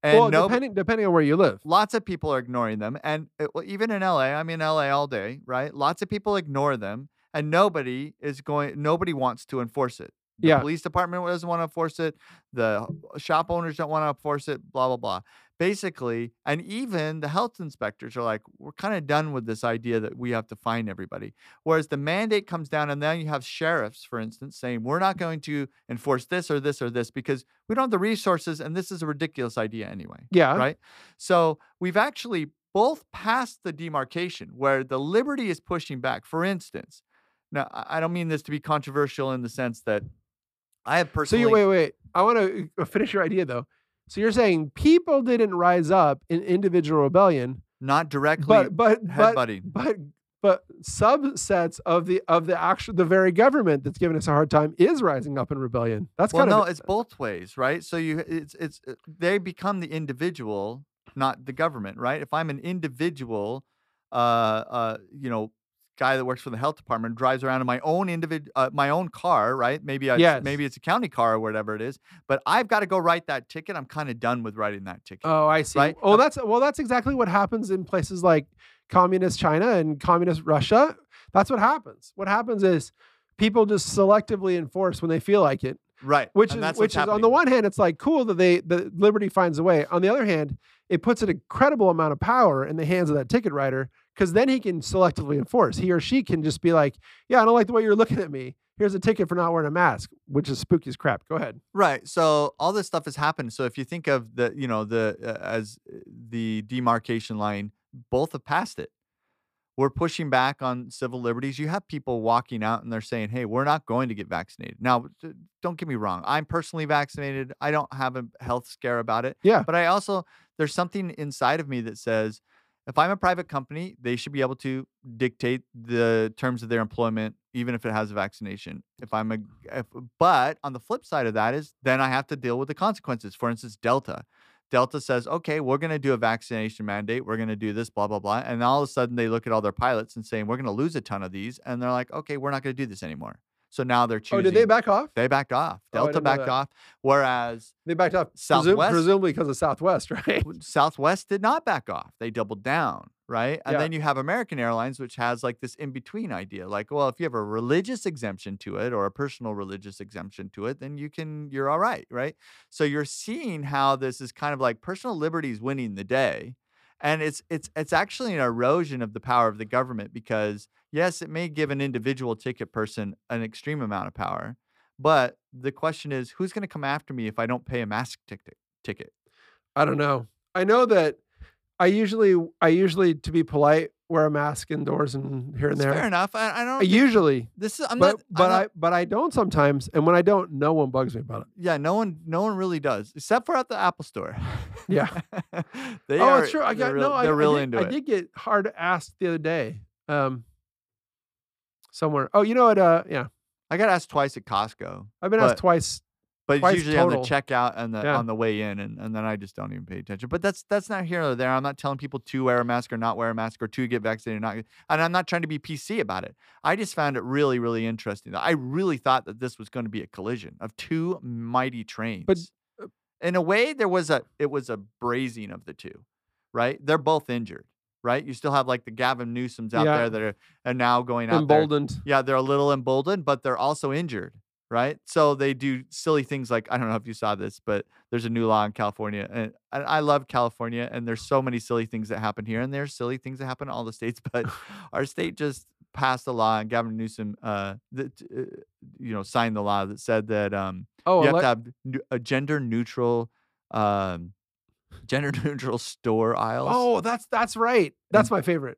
S2: and
S1: well,
S2: no,
S1: depending depending on where you live.
S2: lots of people are ignoring them and uh, well, even in la i'm in la all day right lots of people ignore them and nobody is going nobody wants to enforce it the
S1: Yeah.
S2: police department doesn't want to enforce it the h- shop owners don't want to enforce it blah blah blah basically and even the health inspectors are like we're kind of done with this idea that we have to fine everybody whereas the mandate comes down and then you have sheriffs for instance saying we're not going to enforce this or this or this because we don't have the resources and this is a ridiculous idea anyway
S1: Yeah.
S2: right? So we've actually both passed the demarcation where the liberty is pushing back. For instance, now I I don't mean this to be controversial in the sense that I have
S1: So
S2: personally.
S1: you wait, wait. I want to finish your idea though. So you're saying people didn't rise up in individual rebellion,
S2: not directly
S1: but but but
S2: headbutting.
S1: but but subsets of the of the actual the very government that's giving us a hard time is rising up in rebellion. That's
S2: well,
S1: kind
S2: no,
S1: of
S2: it's both ways, right? So you, it's it's uh, they become the individual, not the government, right? If I'm an individual, uh, uh, you know, guy that works for the health department drives around in my own individ, uh, my own car, right? Maybe I,
S1: Yes.
S2: maybe it's a county car or whatever it is, but I've got to go write that ticket. I'm kind of done with writing that ticket.
S1: oh, I see.
S2: right?
S1: Oh,
S2: Uh,
S1: that's well, that's exactly what happens in places like communist China and communist Russia. That's what happens. What happens is people just selectively enforce when they feel like it.
S2: right.
S1: which
S2: and
S1: is
S2: that's
S1: which
S2: what's
S1: is on the
S2: happening.
S1: one hand it's like cool that they the liberty finds a way on the other hand it puts an incredible amount of power in the hands of that ticket writer because then he can selectively enforce he or she can just be like yeah i don't like the way you're looking at me here's a ticket for not wearing a mask which is spooky as crap go ahead
S2: Right. So all this stuff has happened. So if you think of the, you know, the uh, as uh, the demarcation line, both have passed it. We're pushing back on civil liberties. You have people walking out and they're saying, "Hey, we're not going to get vaccinated." Now, d- don't get me wrong. I'm personally vaccinated. I don't have a health scare about it.
S1: Yeah.
S2: But I also there's something inside of me that says if I'm a private company, they should be able to dictate the terms of their employment, even if it has a vaccination. If I'm a, if, but on the flip side of that is then I have to deal with the consequences. For instance, Delta. Delta says, okay, we're going to do a vaccination mandate. We're going to do this, blah, blah, blah. And all of a sudden they look at all their pilots and saying, we're going to lose a ton of these. And they're like, okay, we're not going to do this anymore. So now they're choosing.
S1: oh did they back off
S2: They backed
S1: Oh,
S2: off.
S1: I
S2: Delta
S1: didn't know
S2: backed
S1: that.
S2: off. Whereas
S1: they backed off presum-
S2: Southwest?
S1: presumably because of southwest right
S2: w- Southwest did not back off. They doubled down, right? And then you have American Airlines, which has like this in between idea like, well, if you have a religious exemption to it or a personal religious exemption to it, then you can, you're all right, right? So you're seeing how this is kind of like personal liberties winning the day. And it's it's it's actually an erosion of the power of the government because yes, it may give an individual ticket person an extreme amount of power, but the question is who's going to come after me if I don't pay a mask ticket ticket?
S1: I don't know. I know that I usually I usually to be polite wear a mask indoors and here and
S2: It's Fair
S1: there.
S2: enough. I, I don't.
S1: I usually,
S2: this is. I'm
S1: but
S2: not.
S1: but
S2: I'm not-
S1: I but I don't sometimes. And when I don't, no one bugs me about it.
S2: yeah. No one. No one really does, except for at the Apple Store.
S1: Yeah.
S2: they
S1: oh,
S2: are.
S1: it's true. I
S2: they're
S1: got
S2: real,
S1: no. I,
S2: They're
S1: I
S2: real
S1: did,
S2: into
S1: I
S2: it.
S1: did get hard asked the other day. Um, somewhere. Oh, you know what? Uh, yeah,
S2: I got asked twice at Costco,
S1: I've been
S2: But-
S1: asked twice.
S2: but it's
S1: Twice
S2: usually on
S1: total.
S2: the checkout and the
S1: Yeah.
S2: on the way in, and, and then I just don't even pay attention. But that's that's not here or there. I'm not telling people to wear a mask or not wear a mask or to get vaccinated or not. get- And I'm not trying to be PC about it. I just found it really really interesting. I really thought that this was going to be a collision of two mighty trains.
S1: uh,
S2: in a way, there was a it was a brazing of the two, right? They're both injured, right? You still have like the Gavin Newsoms out
S1: Yeah.
S2: there that are, are now going out there
S1: Emboldened.
S2: yeah, they're a little emboldened, but they're also injured, right? So they do silly things like I don't know if you saw this, but there's a new law in California, and and I love California, and there's so many silly things that happen here, and there's silly things that happen in all the states, but our state just passed a law, and Gavin Newsom, uh, that uh, you know, signed the law that said that um,
S1: Oh,
S2: you have
S1: ele-
S2: to have nu- a gender neutral, um, gender neutral store aisles.
S1: oh, that's that's right. That's
S2: And
S1: my favorite.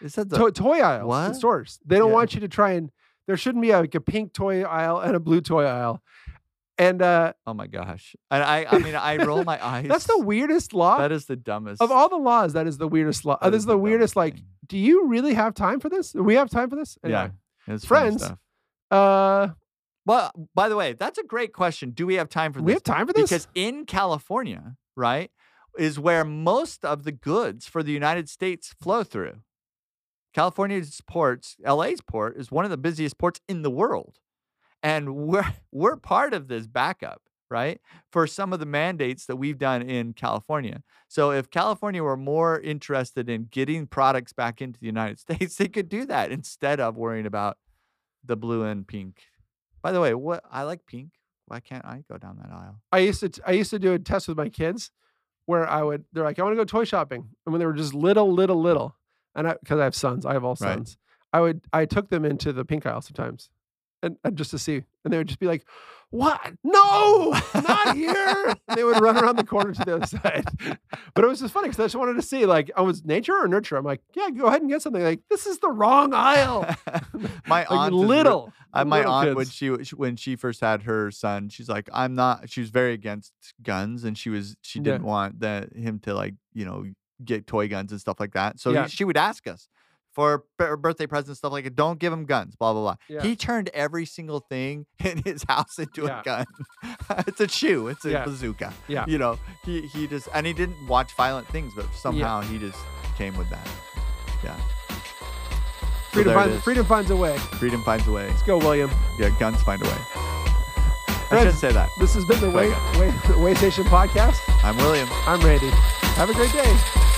S2: is that the
S1: To- toy aisles
S2: What?
S1: in stores. They don't
S2: Yeah.
S1: want you to try and. There shouldn't be a, like a pink toy aisle and a blue toy aisle. And uh,
S2: oh my gosh? And I, I mean, I roll my eyes.
S1: that's the weirdest law
S2: That is the dumbest.
S1: of all the laws. That is the weirdest law. Uh,
S2: that
S1: this is the weirdest. Like,
S2: dumbest thing.
S1: do you really have time for this? Do We have time for this.
S2: yeah,
S1: Anyway,
S2: it's funny
S1: friends,
S2: stuff.
S1: Uh,
S2: But by the way, that's a great question. Do we have time for this?
S1: we have time for this.
S2: Because in California, right, is where most of the goods for the United States flow through. California's ports, LA's port, is one of the busiest ports in the world. And we're we're part of this backup, right? For some of the mandates that we've done in California. So if California were more interested in getting products back into the United States, they could do that instead of worrying about the blue and pink. By the way, what I like pink. Why can't I go down that aisle?
S1: I used to t- I used to do a test with my kids where I would they're like I want to go toy shopping and when they were just little little little and I because I have sons I have all
S2: Right.
S1: sons I would I took them into the pink aisle sometimes and, and just to see and they would just be like what no not here and they would run around the corner to the other side but it was just funny because I just wanted to see like I was nature or nurture I'm like yeah go ahead and get something like this is the wrong aisle
S2: my
S1: like
S2: aunt is re-
S1: little
S2: I, my
S1: little
S2: aunt
S1: kids.
S2: when she w- sh- when she first had her son, she's like, I'm not. She was very against guns, and she was she
S1: Yeah.
S2: didn't want that him to like you know get toy guns and stuff like that. So
S1: Yeah.
S2: he, she would ask us for b- birthday presents stuff like don't give him guns, blah blah blah.
S1: Yeah.
S2: He turned every single thing in his house into
S1: Yeah.
S2: a gun. it's a shoe. It's a
S1: Yeah.
S2: bazooka.
S1: Yeah.
S2: you know he he just and he didn't watch violent things, but somehow he just came with that. Yeah. So
S1: freedom
S2: there it
S1: finds
S2: is.
S1: freedom finds a way
S2: Freedom finds a way.
S1: let's go William.
S2: Yeah, guns find a way. I should
S1: Friends-
S2: say that.
S1: This has been the Way, Way, Way Station Podcast.
S2: I'm William.
S1: I'm Randy. Have a great day.